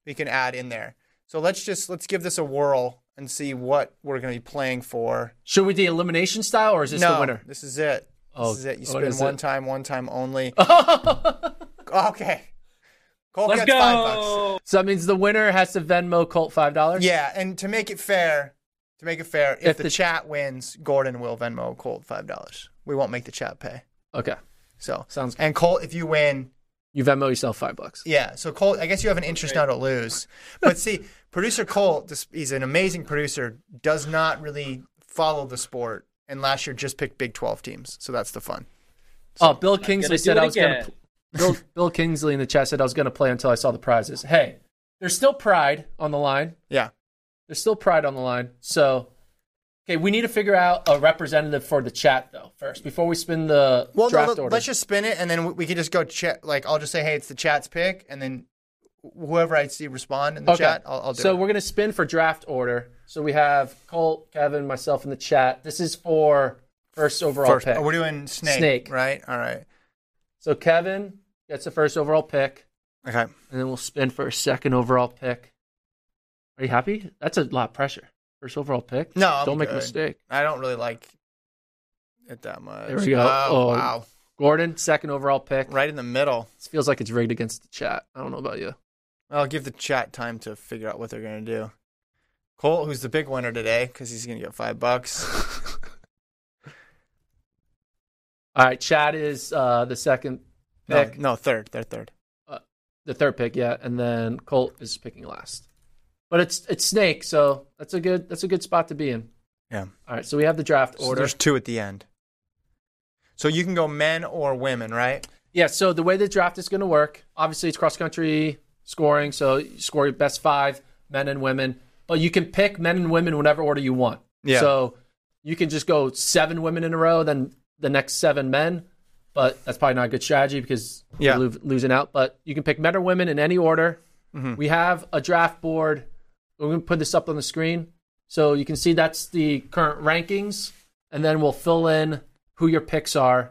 A: we can add in there. So let's just let's give this a whirl and see what we're going to be playing for.
B: Should we do elimination style, or is this
A: no,
B: the winner? *laughs*
A: this is it.
B: Oh,
A: this is it. You
B: what
A: spin
B: is
A: one
B: it?
A: time, one time only.
B: so
A: Okay. Colt
C: Let's
A: gets five bucks.
C: go.
B: that means the winner has to Venmo Colt five dollars.
A: Yeah, and to make it fair, to make it fair, if,
B: If
A: the,
B: the-
A: chat wins, Gordon will Venmo Colt five dollars. We won't make the chat pay.
B: Okay.
A: So
B: Sounds good.
A: and Colt, if you win,
B: You Venmo yourself five bucks.
A: yeah. So Colt, I guess you have an interest now to lose. But see, producer Colt, this, he's an amazing producer. Does not really follow the sport, and last year just picked Big Twelve teams. So that's the fun.
B: oh, Bill Kingsley
C: gonna
B: said
C: do it
B: I was
C: again.
B: gonna.
C: *laughs*
B: Bill, Bill Kingsley in the chat said I was gonna play until I saw the prizes. Hey, there's still pride on the line.
A: Yeah.
B: There's still pride on the line. So, okay, we need to figure out a representative for the chat though first before we spin the
A: Well, no,
B: draft
A: let,
B: order.
A: us just spin it, and then we, we can just go chat. Like I'll just say, hey, it's the chat's pick, and then whoever I see respond in the chat, I'll, I'll do
B: so
A: it.
B: we're gonna spin for draft order. So we have Colt, Kevin, myself in the chat. This is for first overall
A: First-
B: pick.
A: oh, we're doing snake,
B: Snake.
A: right? All right.
B: So Kevin gets the first overall pick,
A: Okay.
B: and then we'll spin for a second overall pick. Are you happy? That's a lot of pressure. First overall pick.
A: No, I'm
B: don't make
A: good.
B: a mistake.
A: I don't really like it that much.
B: There we go.
A: Oh,
B: Oh.
A: wow.
B: Gordon, second overall pick.
A: Right in the middle.
B: This feels like it's rigged against the chat. I don't know about you.
A: I'll give the chat time to figure out what they're going to do. Colt, who's the big winner today, because he's going to get five *laughs* bucks.
B: All right, chat is uh, the second
A: no,
B: pick,
A: no, third. They're third.
B: the third pick, yeah, and then Colt is picking last. But it's it's Snake, so that's a good that's a good spot to be in.
A: Yeah.
B: All right, so we have the draft
A: So
B: order.
A: there's two at the end. So you can go men or women, right?
B: Yeah, so the way the draft is going to work, obviously it's cross country scoring, so you score your best 5 men and women, but you can pick men and women whatever order you want.
A: Yeah.
B: So you can just go 7 women in a row then the next 7 men, but that's probably not a good strategy because
A: Yeah.
B: you're lo- losing out, but you can pick men or women in any order. We have a draft board. We're going to put this up on the screen so you can see that's the current rankings and then we'll fill in who your picks are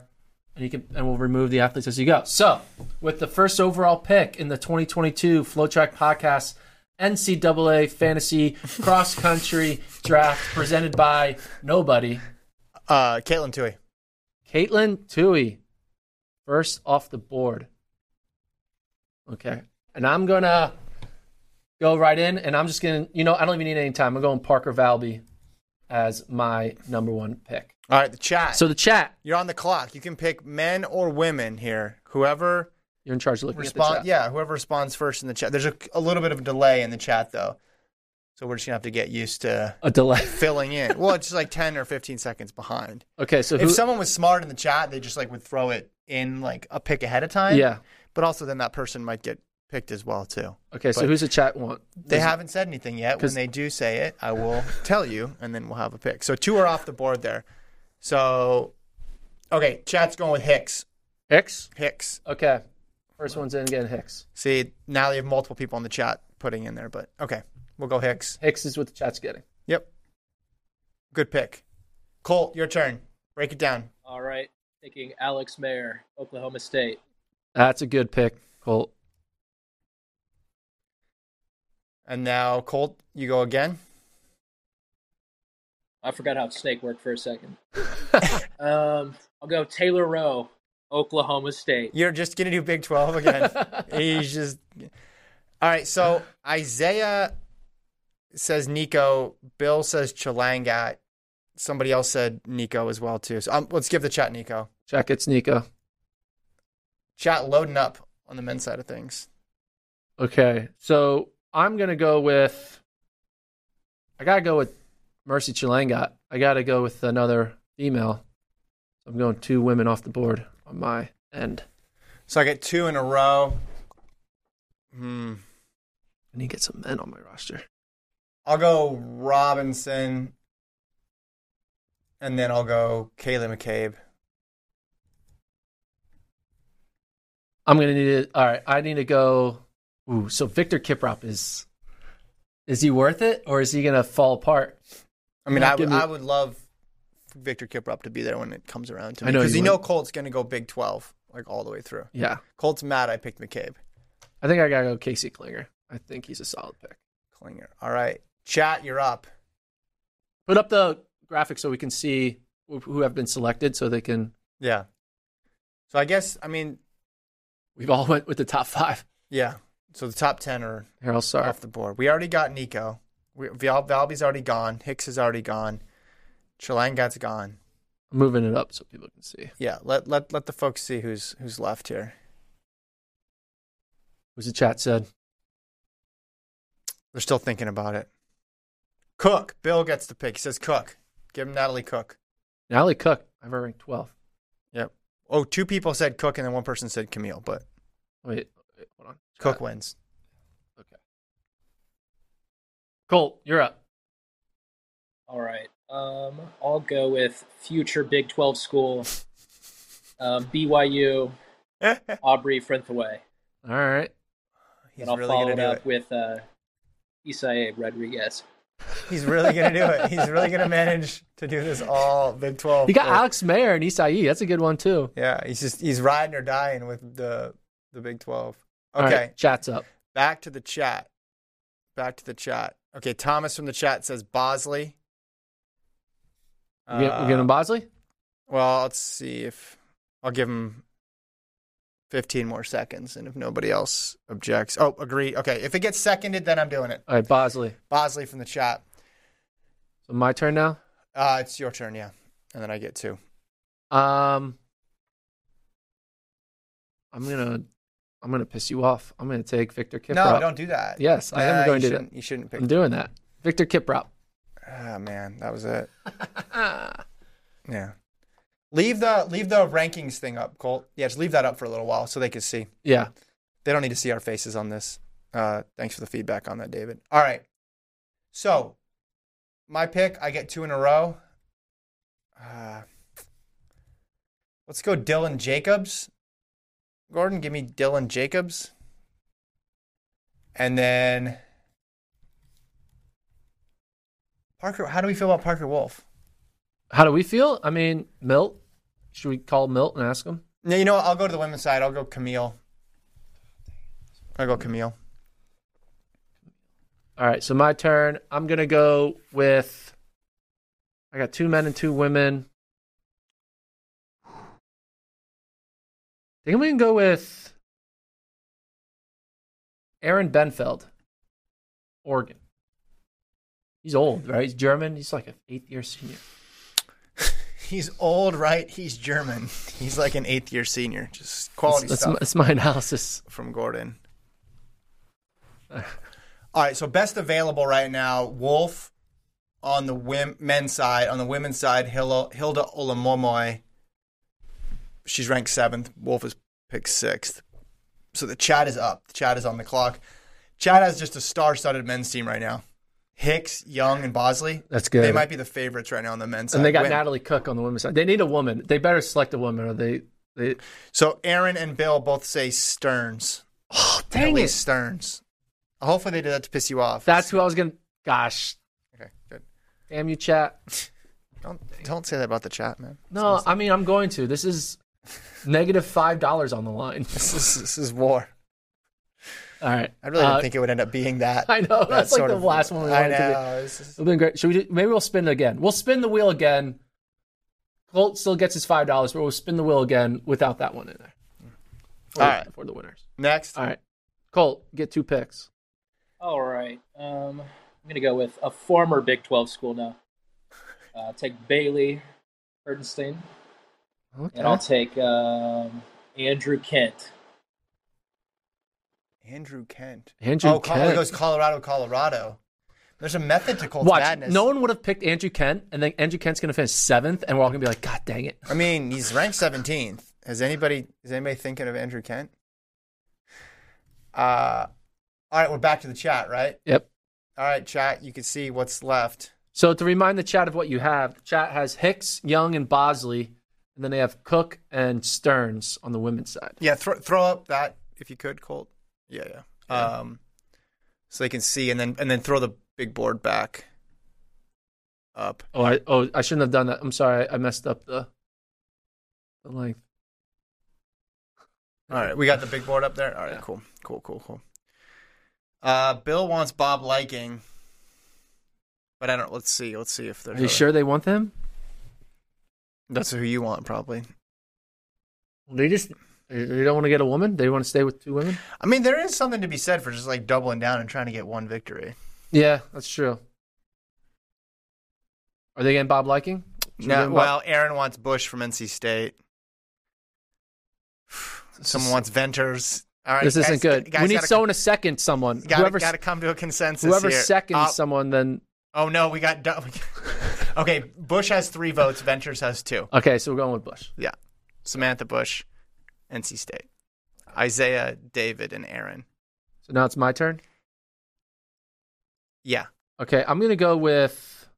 B: and you can and we'll remove the athletes as you go. So, with the first overall pick in the 2022 Flow Track Podcast NCAA Fantasy Cross Country Draft presented by nobody,
A: Uh, Caitlin Tui.
B: Caitlin Tui, first off the board. Okay, and I'm gonna go right in, and I'm just gonna, you know, I don't even need any time. I'm going Parker Valby as my number one pick.
A: All right, the chat.
B: So the chat,
A: You're on the clock. You can pick men or women here. Whoever
B: you're in charge of looking at the
A: responds,
B: chat.
A: yeah, whoever responds first in the chat. There's a, a little bit of a delay in the chat though. So we're just gonna have to get used to
B: A delay.
A: filling in. well, it's just like *laughs* ten or fifteen seconds behind.
B: Okay, so who,
A: if someone was smart in the chat, they just like would throw it in like a pick ahead of time.
B: yeah.
A: But also then that person might get picked as well too.
B: Okay, so
A: But-
B: who's the chat one?
A: They haven't said anything yet.
B: 'Cause-
A: When they do say it, I will tell you, and then we'll have a pick. So two are off the board there. So, okay, chat's going with Hicks.
B: Hicks.
A: Hicks.
B: Okay, first one's in again. Hicks.
A: See, now you have multiple people in the chat putting in there, but okay, we'll go Hicks.
B: Hicks is what the chat's getting.
A: Yep. Good pick. Colt, your turn. Break it down.
C: All right, taking Alex Mayer, Oklahoma State.
B: That's a good pick, Colt.
A: And now, Colt, you go again.
C: I forgot how snake worked for
B: *laughs*
C: a second. um, I'll go Taylor Rowe, Oklahoma State.
A: You're just gonna do Big Twelve
B: *laughs*
A: again. He's just all right. So Isaiah says Nico. Bill says Chalangat. Somebody else said Nico as well too. So um, let's give the chat Nico.
B: Chat gets Nico.
A: Chat loading up on the men's side of things.
B: Okay, so I'm gonna go with. I gotta go with Mercy Chilangot. I gotta go with another female. I'm going two women off the board on my end.
A: So I get two in a row. Hmm.
B: I need to get some men on my roster.
A: I'll go Robinson, and then I'll go Kaylee McCabe.
B: I'm gonna need it. All right, I need to go. Ooh, so Victor Kiprop is. Is he worth it, or is he gonna fall apart?
A: I mean,
B: Not
A: I would,
B: giving-
A: I would love Victor Kiprop to be there when it comes around to
B: I
A: me
B: know
A: because
B: you
A: you know
B: would.
A: Colt's going to go Big Twelve like all the way through.
B: Yeah,
A: Colt's mad I picked McCabe.
B: I think I gotta go Casey Klinger. I think he's a solid pick.
A: Klinger. All right, chat, you're up.
B: Put up the graphic so we can see who- who have been selected, so they can.
A: Yeah. So I guess I mean
B: We've all *laughs* went with the top five.
A: yeah. So the top ten are
B: Harold Sarr.
A: off the board. We already got Nico. We, Val, Valby's already gone. Hicks is already gone. Chalangat's gone.
B: I'm moving it up so people can see.
A: Yeah. Let let let the folks see who's who's left here.
B: Who's the chat said?
A: They're still thinking about it. Cook. Bill gets the pick. He says Cook. Give him Natalie Cook.
B: Natalie Cook. I have her ranked 12th.
A: Yep. Oh, two people said Cook, and then one person said Camille. But
B: Oh, Wait, wait, hold on.
A: Cook
B: Chat.
A: wins.
B: Okay. Colt, you're up.
C: All right, um, I'll go with future Big 12 school, um, BYU,
A: *laughs* Eh.
C: Aubrey Frinthaway.
B: All right.
A: He's
C: and I'll
A: really
C: follow
A: gonna
C: it
A: do
C: up
A: it.
C: with uh, Isaiah Rodriguez.
A: He's really gonna do it. He's really gonna manage to do this all Big Twelve.
B: You got
A: Or-
B: Alex Mayer and Isai. That's a good one, too.
A: Yeah, he's just he's riding or dying with the the Big Twelve.
B: All
A: Okay,
B: right, chat's up.
A: back to the chat. Back to the chat. Okay, Thomas from the chat says Bosley.
B: We're getting,
A: Uh,
B: we're getting Bosley?
A: well, let's see if I'll give him fifteen more seconds, and if nobody else objects, oh, agreed. Okay, if it gets seconded, then I'm doing it.
B: All right, Bosley.
A: Bosley from the chat.
B: So my turn now.
A: Uh, it's your turn, yeah, and then I get two.
B: Um, I'm gonna, I'm gonna piss you off. I'm gonna take Victor Kiprop.
A: no, don't do that.
B: Yes, I am
A: Nah, you
B: going to do
A: shouldn't- You shouldn't pick.
B: I'm doing that. Victor Kiprop.
A: Ah, man, that was
B: *laughs*
A: it.
B: Ah.
A: Yeah. Leave the leave the rankings thing up, Colt. Yeah, just leave that up for a little while so they can see.
B: Yeah.
A: They don't need to see our faces on this. Uh, thanks for the feedback on that, David. All right. So, my pick, I get two in a row. Uh, let's go Dylan Jacobs. Gordon, give me Dylan Jacobs. And then Parker, how do we feel about Parker Wolf?
B: How do we feel? I mean, Milt. Should we call Milt and ask him?
A: No, you know what? I'll go to the women's side. I'll go Camille. I'll go Camille.
B: All right, so my turn. I'm gonna go with. I got two men and two women. I think we can go with Aaron Benfeld, Oregon. He's old, right? He's German. He's like an eighth year senior.
A: He's old, right? He's German. He's like an eighth year senior. Just
B: That's,
A: quality
B: that's, my,
A: stuff
B: that's my analysis.
A: from Gordon. All right, so best available right now, Wolf on the wim- men's side. On the women's side, Hilda, Hilda Olamomoy. She's ranked seventh. Wolf is picked sixth. So the chat is up. The chat is on the clock. Chad has just a star-studded men's team right now. Hicks, Young, and Bosley.
B: That's good.
A: They might be the favorites right now on the men's side.
B: and they got
A: Win.
B: Natalie Cook on the women's side. They need a woman. They better select a woman, or they. they
A: So Aaron and Bill both say Stearns.
B: oh,
A: At least Stearns. Hopefully they did that to piss you off.
B: That's who I was gonna. Gosh,
A: okay. Good.
B: damn you, chat.
A: Don't don't say that about the chat, man.
B: No, I mean I'm going to. This is negative five dollars on the line. *laughs*
A: This is this is war.
B: All right.
A: I really didn't
B: Uh,
A: think it would end up being that.
B: *laughs* I know.
A: that
B: That's like
A: sort
B: the
A: of-
B: last one we
A: I
B: wanted to do.
A: know. This is-
B: It'll be great. Should we? Do, maybe we'll spin it again. We'll spin the wheel again. Colt still gets his five dollars, but we'll spin the wheel again without that one in there. For,
A: All right.
B: for the winners.
A: Next,
B: All right, Colt, get two picks.
C: All right. Um, I'm going to go with a former Big 12 school now. Uh, I'll take Bailey Erdenstein,
B: Okay.
C: and I'll take um, Andrew Kent.
A: Andrew Kent.
B: Andrew
A: oh, Col-
B: Kent.
A: it goes Colorado, Colorado. There's a method to Colt's
B: Watch,
A: madness.
B: no one would have picked Andrew Kent, and then Andrew Kent's going to finish seventh, and we're all going to be like, God dang it.
A: I mean, he's ranked 17th. Has anybody is anybody thinking of Andrew Kent? Uh, all right, we're back to the chat, right?
B: Yep.
A: All right, chat. You can see what's left.
B: So to remind the chat of what you have, the chat has Hicks, Young, and Bosley, and then they have Cook and Stearns on the women's side.
A: Yeah, throw throw up that if you could, Colt. Yeah, yeah. Um, so they can see, and then and then throw the big board back up.
B: Oh, I oh I shouldn't have done that. I'm sorry, I messed up the the length.
A: All right, we got the big board up there. All right, cool, cool, cool, cool. Uh, Bill wants Bob liking, but I don't. Let's see. Let's see if they're.
B: Are you sure they want them?
A: That's who you want, probably.
B: They just they don't want to get a woman. They want to stay with two women.
A: I mean, there is something to be said for just like doubling down and trying to get one victory.
B: Yeah, that's true. Are they getting Bob liking? Should we get
A: No,
B: Bob-
A: well, Aaron wants Bush from NC State. Someone wants Venters. All right,
B: this
A: guys-
B: isn't good.
A: guys
B: we need
A: gotta-
B: someone to second someone.
A: Gotta,
B: whoever
A: gotta come to a consensus.
B: whoever
A: here.
B: seconds
A: oh,
B: someone, then
A: Oh no, we got. dou- *laughs* okay, Bush has three votes. Ventures has two.
B: okay. So we're going with Bush.
A: Yeah, Samantha Bush, NC State, Isaiah, David, and Aaron.
B: So now it's my turn.
A: Yeah,
B: Okay, I'm gonna go with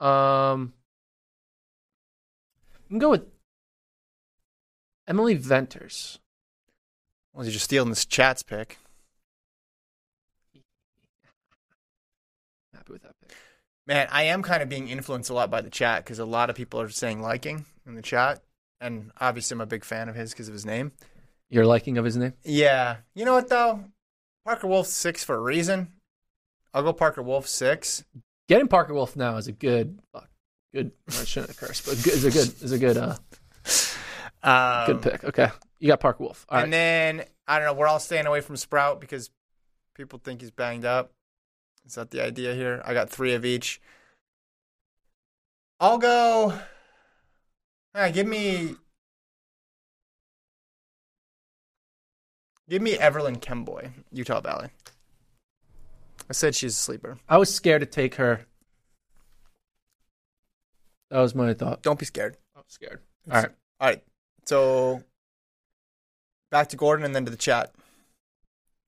B: um I'm gonna go with Emily Venters.
A: well, you're just stealing this chat's pick.
B: I'm happy with that pick.
A: Man, I am kind of being influenced a lot by the chat because a lot of people are saying liking in the chat, and obviously I'm a big fan of his because of his name.
B: Your liking of his name?
A: Yeah, you know what though, Parker Wolf's six for a reason. I'll go Parker Wolf six.
B: Getting Parker Wolf now is a good fuck, good I shouldn't curse, but good, is a good is a good uh
A: Um,
B: good pick. Okay. You got Parker Wolf. All right.
A: and then I don't know. We're all staying away from Sprout because people think he's banged up. Is that the idea here? I got three of each. I'll go. Ah, give me. Give me Everlyn Kemboy, Utah Valley. I said she's a sleeper.
B: I was scared to take her. That was my thought.
A: Don't be scared.
B: I'm scared. All right.
A: All right. So back to Gordon and then to the chat.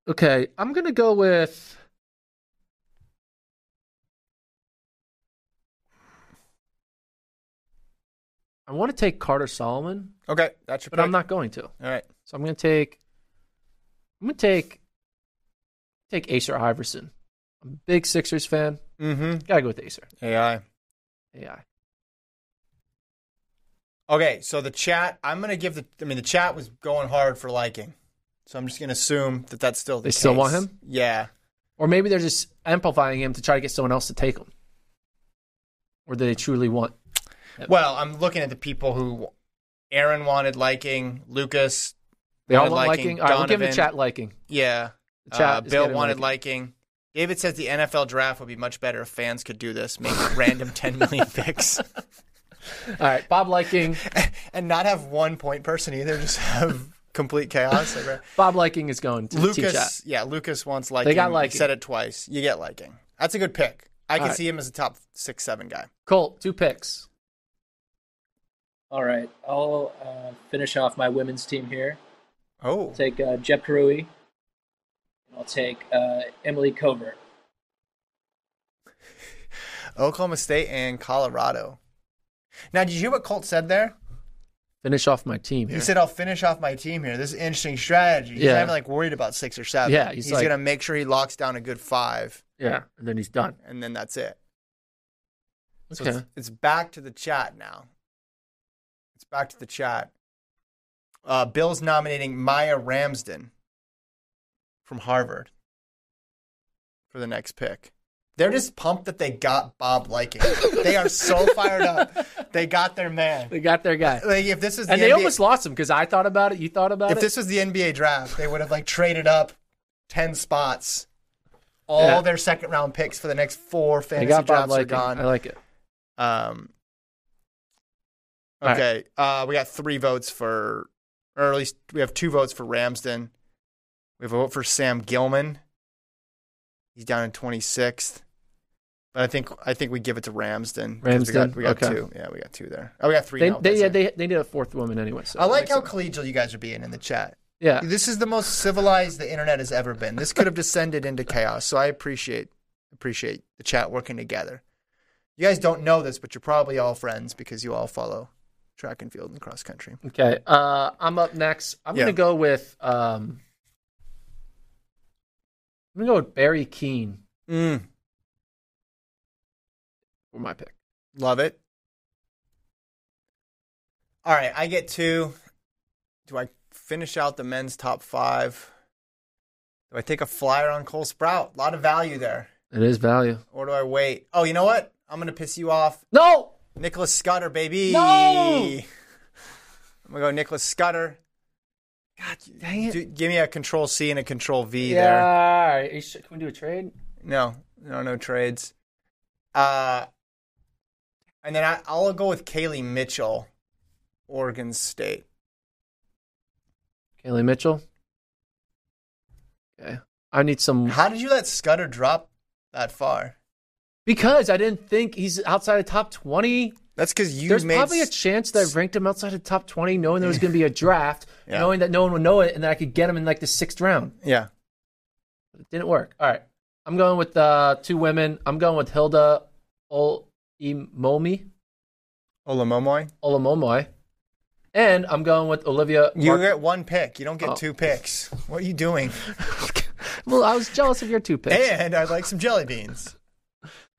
B: Okay, I'm gonna go with. I want to take Carter Solomon,
A: Okay, that's your
B: but
A: pick.
B: I'm not going to.
A: All right.
B: So I'm gonna take. I'm gonna take. Take Acer Iverson. I'm a big Sixers fan.
A: Mm-hmm.
B: Gotta go with Acer.
A: AI.
B: Yeah.
A: Okay, so the chat, I'm going to give the, I mean, the chat was going hard for liking. So I'm just going to assume that that's still the
B: They still want
A: case.
B: him?
A: Yeah.
B: Or maybe they're just amplifying him to try to get someone else to take him. Or do they truly want?
A: Well, I'm looking at the people who Aaron wanted liking, Lucas,
B: They all
A: Wanted
B: want
A: liking,
B: liking. All right, we'll give the
A: Donovan.
B: chat liking.
A: yeah.
B: The chat
A: uh,
B: is
A: Bill
B: getting
A: wanted liking.
B: liking.
A: David says the NFL draft would be much better if fans could do this, make random *laughs* 10 million picks,
B: All right, Bob liking.
A: *laughs* and not have *laughs* one point person either. Just have complete chaos. Like, right?
B: Bob Liking is going to teach at.
A: Lucas, yeah, Lucas wants liking.
B: got
A: You
B: liking.
A: said it twice. You get liking. That's a good pick. I can
B: All right.
A: see him as a top six, seven guy.
B: Colt, two picks.
C: All right, I'll uh, finish off my women's team here.
A: Oh,
C: I'll take uh, Jep Karui. I'll take uh, Emily Covert.
A: Oklahoma State and Colorado. Now, did you hear what Colt said there?
B: Finish off my team.
A: He
B: here.
A: said, "I'll finish off my team here. This is an interesting strategy. He's
B: Yeah.
A: not even like worried about six or seven.
B: Yeah,
A: he's,
B: he's like-
A: gonna make sure he locks down a good five,
B: yeah, and then he's done.
A: and then that's it. So
B: Okay.
A: it's, it's back to the chat now. It's back to the chat. Uh, Bill's nominating Maya Ramsden from Harvard for the next pick. They're just pumped that they got Bob liking. they are
B: *laughs*
A: so fired up. They got their man.
B: They got their guy.
A: Like if this was the
B: And they
A: NBA
B: almost lost him because I thought about it. You thought about
A: if
B: it.
A: this was the NBA draft, they would have like traded up ten spots. All
B: Yeah.
A: their second round picks for the next four
B: they
A: fantasy
B: got Bob
A: drafts are
B: Liking.
A: gone.
B: I like it.
A: Um,
B: All right.
A: okay, uh, we got three votes for, or at least we have two votes for Ramsden. We have a vote for Sam Gilman. He's down in twenty sixth, but I think I think we give it to Ramsden. 'cause We
B: Ramsden,
A: got, we got
B: okay.
A: two. Yeah, we got two there. Oh, we got three.
B: They,
A: now,
B: they,
A: that's
B: yeah,
A: it.
B: they, they need a fourth woman anyway. So
A: I
B: it
A: like
B: makes
A: how
B: sense.
A: collegial you guys are being in the chat.
B: Yeah.
A: This is the most civilized the internet has ever been. This could have descended into chaos. So I appreciate appreciate the chat working together. You guys don't know this, but you're probably all friends because you all follow track and field and cross country.
B: Okay. Uh, I'm up next. I'm
A: Yeah.
B: gonna go with um, I'm gonna go with Barry Keane
A: Mm,
B: for my pick.
A: love it. All right, I get two. Do I finish out the men's top five? Do I take a flyer on Cole Sprout? A lot of value there.
B: It is value.
A: Or do I wait? Oh, you know what? I'm gonna piss you off.
B: No.
A: Nicholas Scudder, baby.
B: No!
A: I'm gonna go Nicholas Scudder.
B: God dang it.
A: Do, give me a control C and a control V
B: yeah.
A: there.
B: All right. You sh- Can we do a trade?
A: No, no, no trades. Uh, and then I, I'll go with Kaylee Mitchell, Oregon State.
B: Kaylee Mitchell. Okay. I need some
A: How did you let Scudder drop that far?
B: because I didn't think he's outside of top twenty.
A: That's because you
B: There's
A: made
B: probably a
A: s-
B: chance that I ranked him outside of top twenty, knowing there was going to be a draft,
A: *laughs* Yeah.
B: knowing that no one would know it, and that I could get him in like the sixth round.
A: yeah.
B: It didn't work. All right. I'm going with uh, two women. I'm going with Hilda Olimomi,
A: Olamomoy.
B: Olamomoy, and I'm going with Olivia.
A: You
B: Mark-
A: get one pick. You don't get
B: Oh.
A: two picks. What are you doing?
B: *laughs* well, I was jealous of your two *laughs* picks.
A: and I'd like some jelly beans.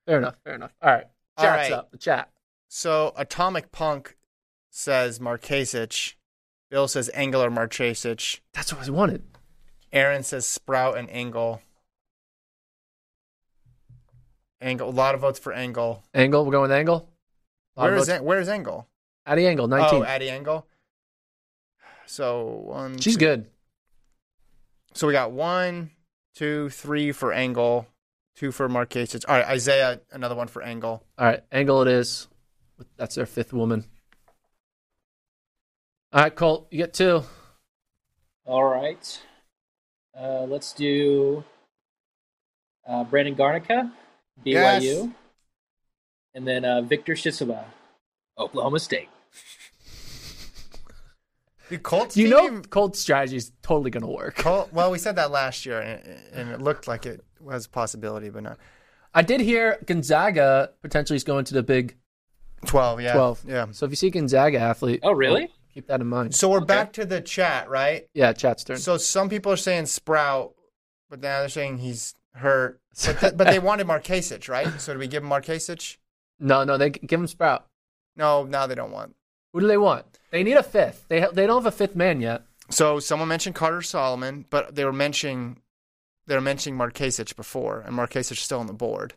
B: Fair enough. Fair enough. All right.
A: All
B: Chat's
A: right.
B: up. The chat.
A: So Atomic Punk says Markasic. Bill says Angular Markasic.
B: That's what I wanted.
A: Aaron says Sprout and Angle. Angle. A lot of votes for Angle.
B: Angle. We're going with Angle. A lot of
A: Where is
B: votes-
A: An- where is Angle?
B: Addie Angle? 19.
A: Oh, Addy Angle. So one.
B: She's
A: two-
B: good.
A: So we got one, two, three for Angle, two for Markasic. All right, Isaiah, another one for Angle.
B: All right. Angle it is. That's their fifth woman. All right, Colt. You get two.
C: All right, uh, let's do uh, Brandon Garnica, BYU,
A: Yes.
C: and then uh, Victor Shisuba, Oklahoma State.
A: Dude, Colts.
B: You
A: team-
B: know, Colt's strategy is totally going to work.
A: Col- well, we said that last year, and it, and it looked like it was a possibility, but not
B: I did hear Gonzaga potentially is going to the Big
A: twelve. Yeah,
B: 12.
A: Yeah.
B: So if you see Gonzaga athlete,
C: Oh, really?
B: keep that in mind.
A: So we're back to the chat, right?
B: Yeah, chat's turn.
A: So some people are saying Sprout, but now they're saying he's *laughs* hurt. But, th- but they wanted Markasic, right? So do we give him Markasic?
B: no, no, they give him Sprout.
A: No, now they don't want.
B: Who do they want? They need a fifth. They ha- they don't have a fifth man yet.
A: So someone mentioned Carter Solomon, but they were mentioning they were mentioning Markasic before, and Markasic's still on the board.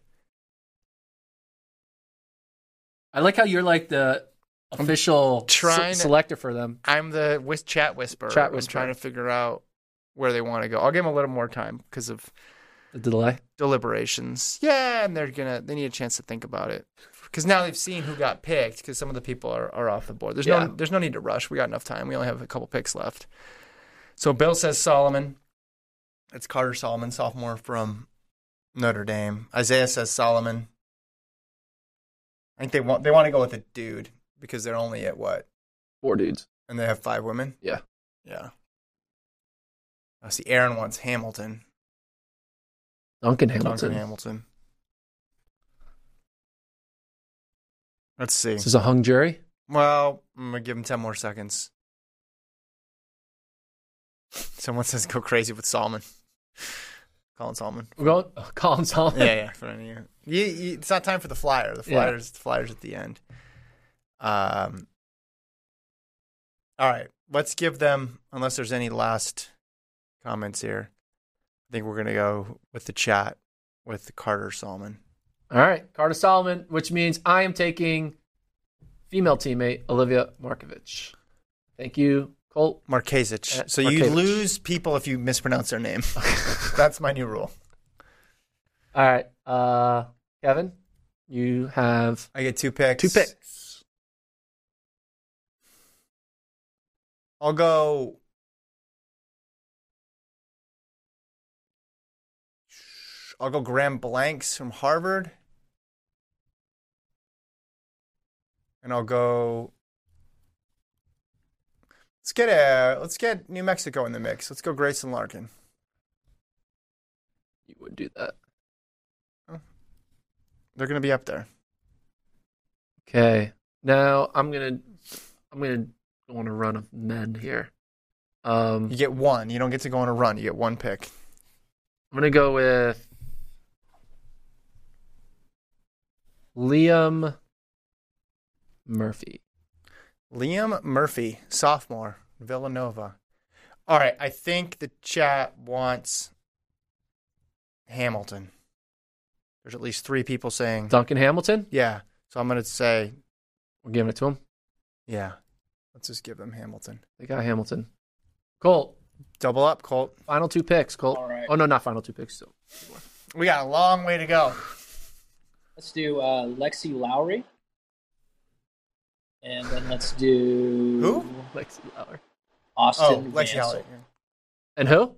B: I like how you're like the official
A: trying to-
B: selector for them.
A: I'm the whis- chat whisperer.
B: Chat
A: I'm
B: whisperer.
A: trying to figure out where they want to go. I'll give them a little more time because of
B: The delay.
A: deliberations. Yeah, and they're gonna they need a chance to think about it because now they've seen who got picked because some of the people are, are off the board. There's
B: Yeah.
A: no there's no need to rush. We got enough time. We only have a couple picks left. So Bill says Solomon. That's Carter Solomon, sophomore from Notre Dame. Isaiah says Solomon. I think they want they want to go with a dude because they're only at what,
B: Four dudes.
A: and they have five women.
B: Yeah.
A: Yeah. I see. Aaron wants Hamilton.
B: Duncan
A: Duncan
B: Hamilton.
A: Hamilton. Let's see.
B: This is a hung jury.
A: Well, I'm gonna give him ten more seconds. Someone says go crazy with Solomon. Colin
B: *laughs*
A: Solomon.
B: We're going oh, Colin Solomon.
A: Yeah, yeah. For any of you. You, you, it's not time for the flyer. The
B: Yeah.
A: flyers, the flyers at the end. Um. All right, let's give them. Unless there's any last comments here, I think we're gonna go with the chat with Carter Solomon.
B: All right, Carter Solomon, which means I am taking female teammate Olivia Markovich. Thank you, Colt.
A: Markevich.
B: Uh,
A: so you
B: Markevich.
A: lose people if you mispronounce their
B: *laughs*
A: name. *laughs* That's my new rule.
B: All right, uh, Kevin, you have
A: I get two picks.
B: two picks.
A: I'll go. I'll go Graham Blanks from Harvard. And I'll go. Let's get a let's get New Mexico in the mix. Let's go Grayson Larkin.
B: You would do that.
A: They're gonna be up there.
B: Okay. Now I'm gonna I'm gonna go on a run of men here. Um,
A: You get one. You don't get to go on a run. You get one pick.
B: I'm gonna go with Liam Murphy.
A: Liam Murphy, sophomore, Villanova. All right, I think the chat wants Hamilton. There's at least three people saying,
B: Duncan Hamilton.
A: yeah. So I'm going to say,
B: We're giving it to him.
A: yeah. Let's just give them Hamilton.
B: They got Hamilton. Colt.
A: Double up, Colt.
B: Final two picks, Colt.
C: All right.
B: Oh no, not final two picks. So
A: We got a long way to go.
C: Let's do uh, Lexi Lowry. And then let's do
A: Who?
B: Lexi Lauer.
A: Oh,
C: Austin
A: Lexi
C: Vansel.
A: Hallett.
B: *laughs* And who?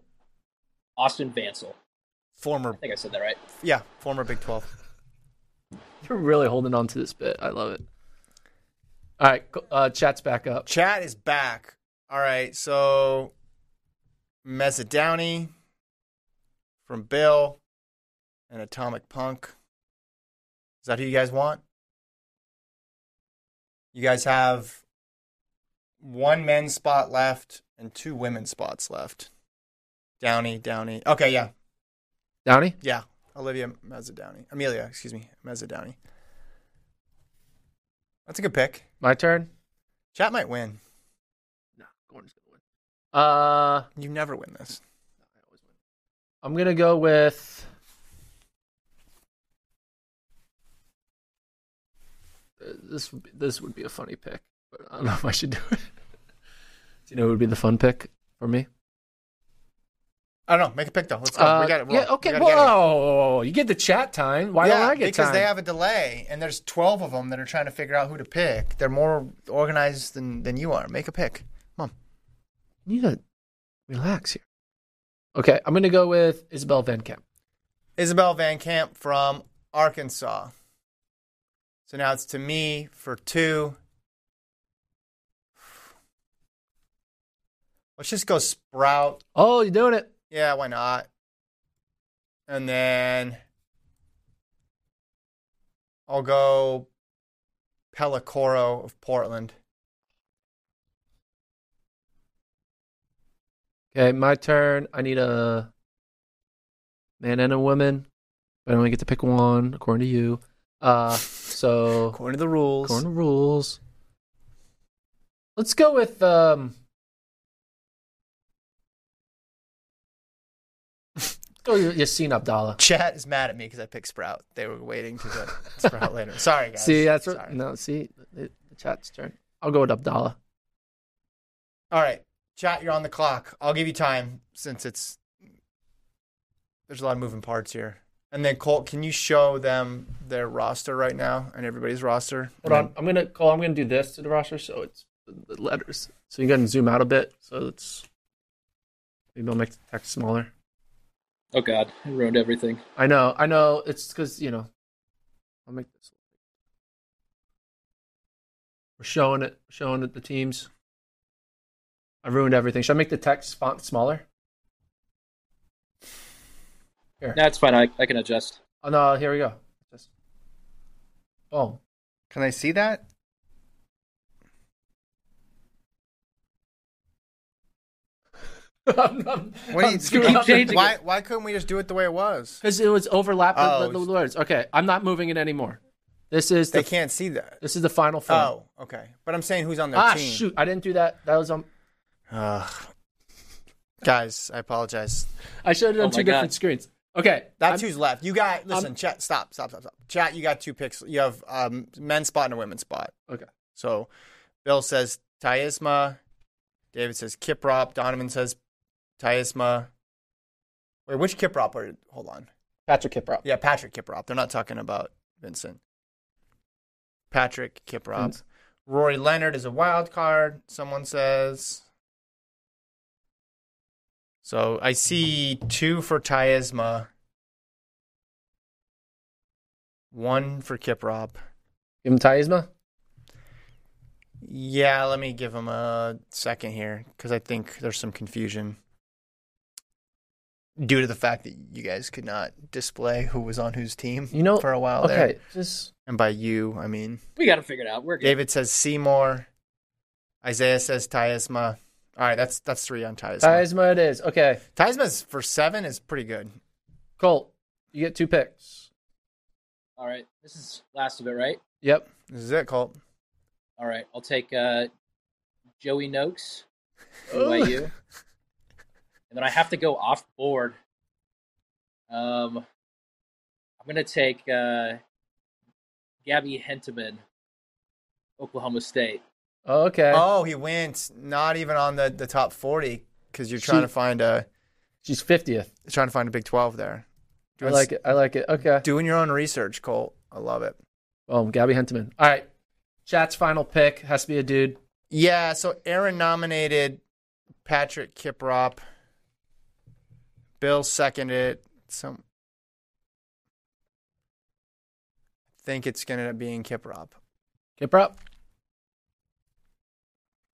C: Austin Vansel. I
A: Former,
C: think I said that right.
A: yeah, former Big 12.
B: You're really holding on to this bit. I love it. All right, co- uh, chat's back up.
A: Chat is back. All right, so Mesa Downey from Bill and Atomic Punk. Is that who you guys want? You guys have one men's spot left and two women's spots left. Downey, Downey. Okay, yeah,
B: Downey.
A: yeah. Olivia Meza Downey. Amelia, excuse me, Meza Downey. That's a good pick.
B: My turn.
A: Chat might win.
B: No, Gordon's gonna win. Uh,
A: You never win this.
B: I'm gonna go with. Uh, This would be, this would be a funny pick, but I don't know if I should do it. *laughs* do you know who would be the fun pick for me?
A: I don't know. Make a pick though. Let's go.
B: Uh,
A: Oh, we got it.
B: Yeah. Okay.
A: We
B: Whoa,
A: gotta get it.
B: You get the chat time. Why
A: Yeah,
B: don't I get
A: because
B: time?
A: they have a delay, and there's 12 of them that are trying to figure out who to pick. They're more organized than than you are. Make a pick, mom.
B: you need to relax here. Okay, I'm gonna go with Isabel Van Camp.
A: Isabel Van Camp from Arkansas. So now it's to me for two. Let's just go Sprout.
B: Oh, you're doing it.
A: Yeah, why not? And then I'll go Pelicoro of Portland.
B: Okay, my turn. I need a man and a woman, but I only get to pick one according to you.
A: *laughs*
B: Uh, so
A: According to the rules.
B: according to rules, let's go
A: *laughs*
B: with um. let's Go with Yassine Abdallah.
A: *laughs* Chat is mad at me because I picked Sprout. They were waiting to the *laughs* Sprout later. Sorry, guys.
B: See, that's
A: Sorry.
B: what, no. See, the, the chat's turn. I'll go with Abdallah.
A: All right, chat, you're on the clock. I'll give you time since it's there's a lot of moving parts here. And then Colt, can you show them their roster right now and everybody's roster?
B: Hold on. I'm gonna call. I'm gonna do this to the roster, so it's the letters. So you can zoom out a bit. So it's Maybe I'll make the text smaller.
C: Oh God, I ruined everything.
B: I know, I know. It's because you know. I'll make this. We're showing it, showing it the teams. I ruined everything. Should I make the text font smaller? Here.
C: That's fine. I, I can adjust.
B: Oh no! Here we go. Just- Boom. *laughs*
A: Can I see that? What
B: *laughs*
A: do you,
B: screwing
C: keep
B: up the-
C: changing
A: why, why couldn't we just do it the way it was?
B: Because it was overlapped with
A: Oh,
B: the, the
A: it's-
B: words. Okay, I'm not moving it anymore. This is the
A: They can't see that.
B: this is the final form.
A: Oh, okay. But I'm saying who's on their
B: ah,
A: team.
B: shoot! I didn't do that. That was on.
A: Ugh. Guys, I apologize.
B: I should have
C: Oh
B: done
C: my
B: two different
C: God.
B: screens. Okay,
A: That's
B: I'm-
A: who's left. You got listen,
B: I'm-
A: chat. Stop, stop, stop, stop. Chat. You got two picks. You have um, men's spot and a women's spot.
B: Okay.
A: So, Bill says Tyisma. David says Kiprop. Donovan says Tyisma. Wait, which Kiprop? Are, hold on.
B: Patrick Kiprop.
A: Yeah, Patrick Kiprop. They're not talking about Vincent. Patrick Kiprop.
B: Vince.
A: Rory Leonard is a wild card, someone says. So I see two for Tyesma, one for Kiprop.
B: Give him Taisma.
A: Yeah, let me give him a second here because I think there's some confusion due to the fact that you guys could not display who was on whose team
B: You know
A: for a while
B: Okay,
A: Oh, there.
B: just
A: And by you, I mean
C: We got to figure it out. We're good.
A: David says Seymour. Isaiah says Tyesma. All right, that's that's three on Tyesma.
B: Taisma. It is okay.
A: Tyesma's for seven is pretty good.
B: Colt, you get two picks.
C: All right, this is last of it, right?
B: Yep.
A: This is it, Colt.
C: All right, I'll take uh, Joey Noakes, BYU, and then I have to go off board. Um, I'm gonna take uh, Gabby Henteman, Oklahoma State.
B: Oh, okay.
A: Oh, he went not even on the, the top forty because you're trying
B: She-
A: to find a
B: She's fiftieth.
A: trying to find a Big Twelve there.
B: I like it. I like it. Okay.
A: Doing your own research, Colt. I love it.
B: Boom. Gabby Henteman. All right. Chat's final pick has to be a dude.
A: Yeah, so Aaron nominated Patrick Kiprop. Bill seconded it. Some I think it's gonna end up being Kiprop.
B: Kiprop.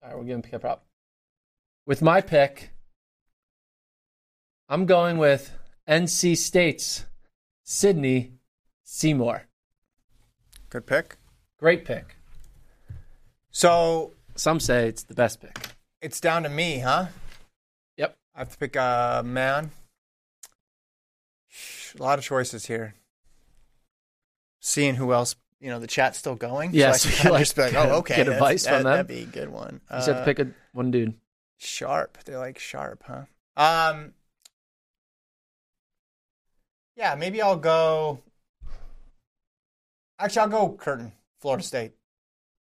B: All right, we're giving Kiprop. With my pick, I'm going with NC State's Sydney Seymour.
A: Good pick.
B: Great pick.
A: So
B: Some say it's the best pick.
A: it's down to me, huh?
B: Yep.
A: I have to pick a man. A lot of choices here. Seeing who else, you know, the chat's still going.
B: Yeah,
A: so
B: so
A: I
B: you
A: can
B: like
A: just be like,
B: get-
A: oh, okay.
B: get
A: that's-
B: advice from
A: that,
B: them?
A: That'd be a good one.
B: You just have to
A: Uh,
B: pick a, one dude.
A: sharp. They like sharp, huh? Um. Yeah, maybe I'll go. Actually, I'll go Curtin, Florida State.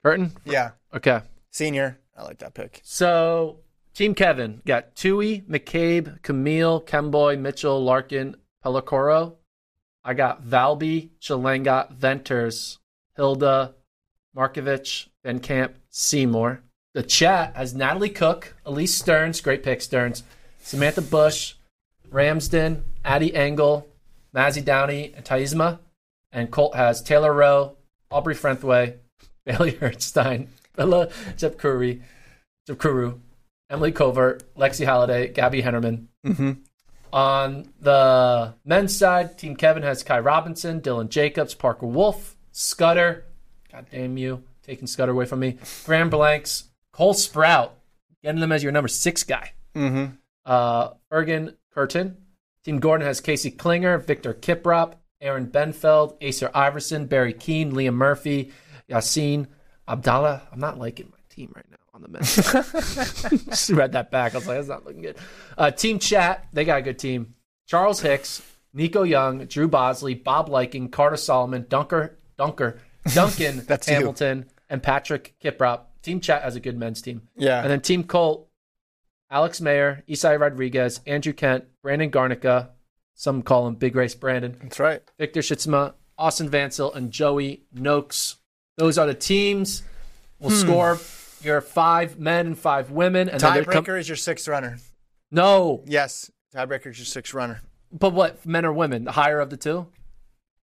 B: Curtin?
A: Yeah,
B: Okay.
A: senior. I like that pick.
B: So, Team Kevin got Tui, McCabe, Camille, Kemboy, Mitchell, Larkin, Pelicoro. I got Valby, Chalangot, Venters, Hilda, Markovich, Van Camp, Seymour. The chat has Natalie Cook, Elise Stearns, great pick Stearns, Samantha Bush, Ramsden, Addie Engel, Mazzy Downey, and Taisma. And Colt has Taylor Rowe, Aubrey Frentway, *laughs* Bailey Hertzstein, Bella Jepkuri, Jepkuru, Emily Covert, Lexi Holiday, Gabby Hennerman. On the men's side, Team Kevin has Kai Robinson, Dylan Jacobs, Parker Wolf, Scudder. God damn you, taking Scudder away from me. Graham Blanks, Cole Sprout, getting them as your number six guy.
A: Mm-hmm.
B: Uh, Ergen Curtin. Team Gordon has Casey Klinger, Victor Kiprop, Aaron Benfeld, Acer Iverson, Barry Keane, Liam Murphy, Yassine Abdallah. I'm not liking my team right now on the men's. side.
A: *laughs*
B: *laughs* Just read that back. I was like, that's not looking good. Uh, team Chat, they got a good team. Charles Hicks, Nico Young, Drew Bosley, Bob Liking, Carter Solomon, Dunker,
A: *laughs*
B: Dunker, Duncan
A: That's you.
B: Hamilton, and Patrick Kiprop. Team Chat has a good men's team.
A: Yeah.
B: And then Team Colt, Alex Mayer, Isai Rodriguez, Andrew Kent, Brandon Garnica, some call him Big Race Brandon,
A: That's right.
B: Victor Schützma, Austin Vansell, and Joey Noakes. Those are the teams. We'll score your five men and five women. And then they're com-
A: Tiebreaker is your sixth runner.
B: No,
A: Yes, tiebreaker's your sixth runner.
B: but what men or women? The higher of the two?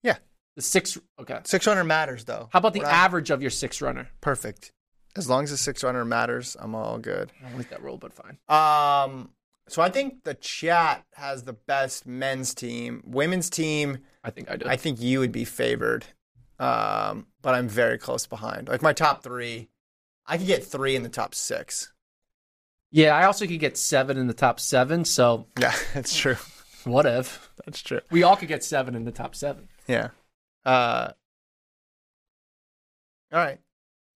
A: Yeah.
B: The six. Okay.
A: Six runner matters though.
B: How about the
A: What I-
B: average of your six runner?
A: Perfect. As long as the six runner matters, I'm all good.
B: I don't like that rule, but fine.
A: Um, so I think the chat has the best men's team. Women's team,
B: I think I do.
A: I think you would be favored, um, but I'm very close behind. Like my top three, I could get three in the top six.
B: yeah, I also could get seven in the top seven. So
A: *laughs* Yeah, that's true.
B: what if
A: That's true.
B: we all could get seven in the top seven?
A: Yeah. Uh, all right.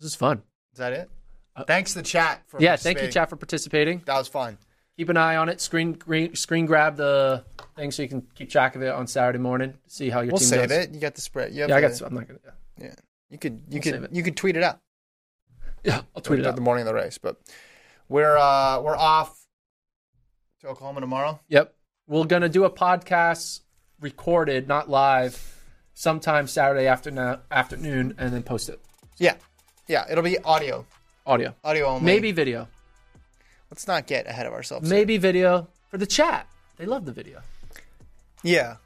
B: This is fun.
A: Is that it? Thanks to the chat for
B: Uh, Yeah, thank you,
A: participating.
B: chat, for participating.
A: That was fun.
B: Keep an eye on it. Screen green, screen grab the thing so you can keep track of it on Saturday morning. See how your
A: We'll
B: team
A: save
B: does.
A: it. You got the spread. You have
B: Yeah, I
A: the,
B: got. I'm not gonna.
A: Yeah. You could you
B: We'll save
A: could
B: it.
A: you could tweet it out.
B: Yeah, I'll tweet it
A: the
B: out.
A: morning of the race, but we're uh we're off to Oklahoma tomorrow.
B: Yep. We're going to do a podcast recorded, not live, sometime Saturday afternoon, afternoon and then post it.
A: Yeah. Yeah, it'll be audio.
B: Audio.
A: Audio only.
B: Maybe video.
A: let's not get ahead of ourselves.
B: Maybe video for the chat. They love the video.
A: Yeah.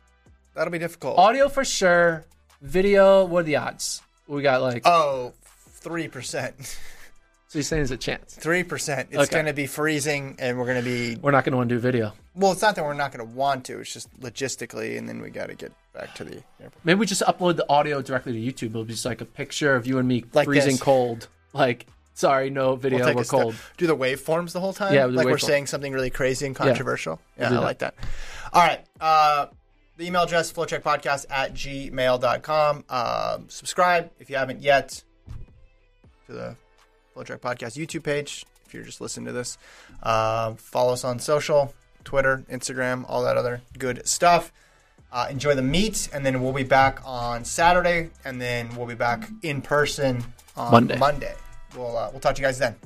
A: That'll be difficult.
B: Audio for sure. Video, what are the odds? We got like,
A: oh, *laughs* 3%.
B: so you're saying there's a chance.
A: 3%. It's
B: Okay.
A: going to be freezing and we're going to be
B: We're not going to undo video.
A: well, it's not that we're not going to want to, it's just logistically and then we got to get back to the airport.
B: Maybe we just upload the audio directly to YouTube. It'll be just like a picture of you and me
A: Like
B: freezing
A: this.
B: cold. Like, sorry, no video,
A: We'll take
B: we're
A: a step-
B: cold.
A: Do the waveforms the whole time?
B: Yeah, we'll do
A: like we're
B: waveform.
A: saying something really crazy and controversial. Yeah,
B: do
A: I
B: that.
A: like that. All right. Uh, the email address, flowcheckpodcast at gmail.com. Um, subscribe if you haven't yet to the Flowcheck Podcast YouTube page if you're just listening to this. Uh, follow us on social, Twitter, Instagram, all that other good stuff. Uh, enjoy the meet, and then we'll be back on Saturday, and then we'll be back in person on
B: Monday.
A: Monday. We'll, uh, we'll talk to you guys then.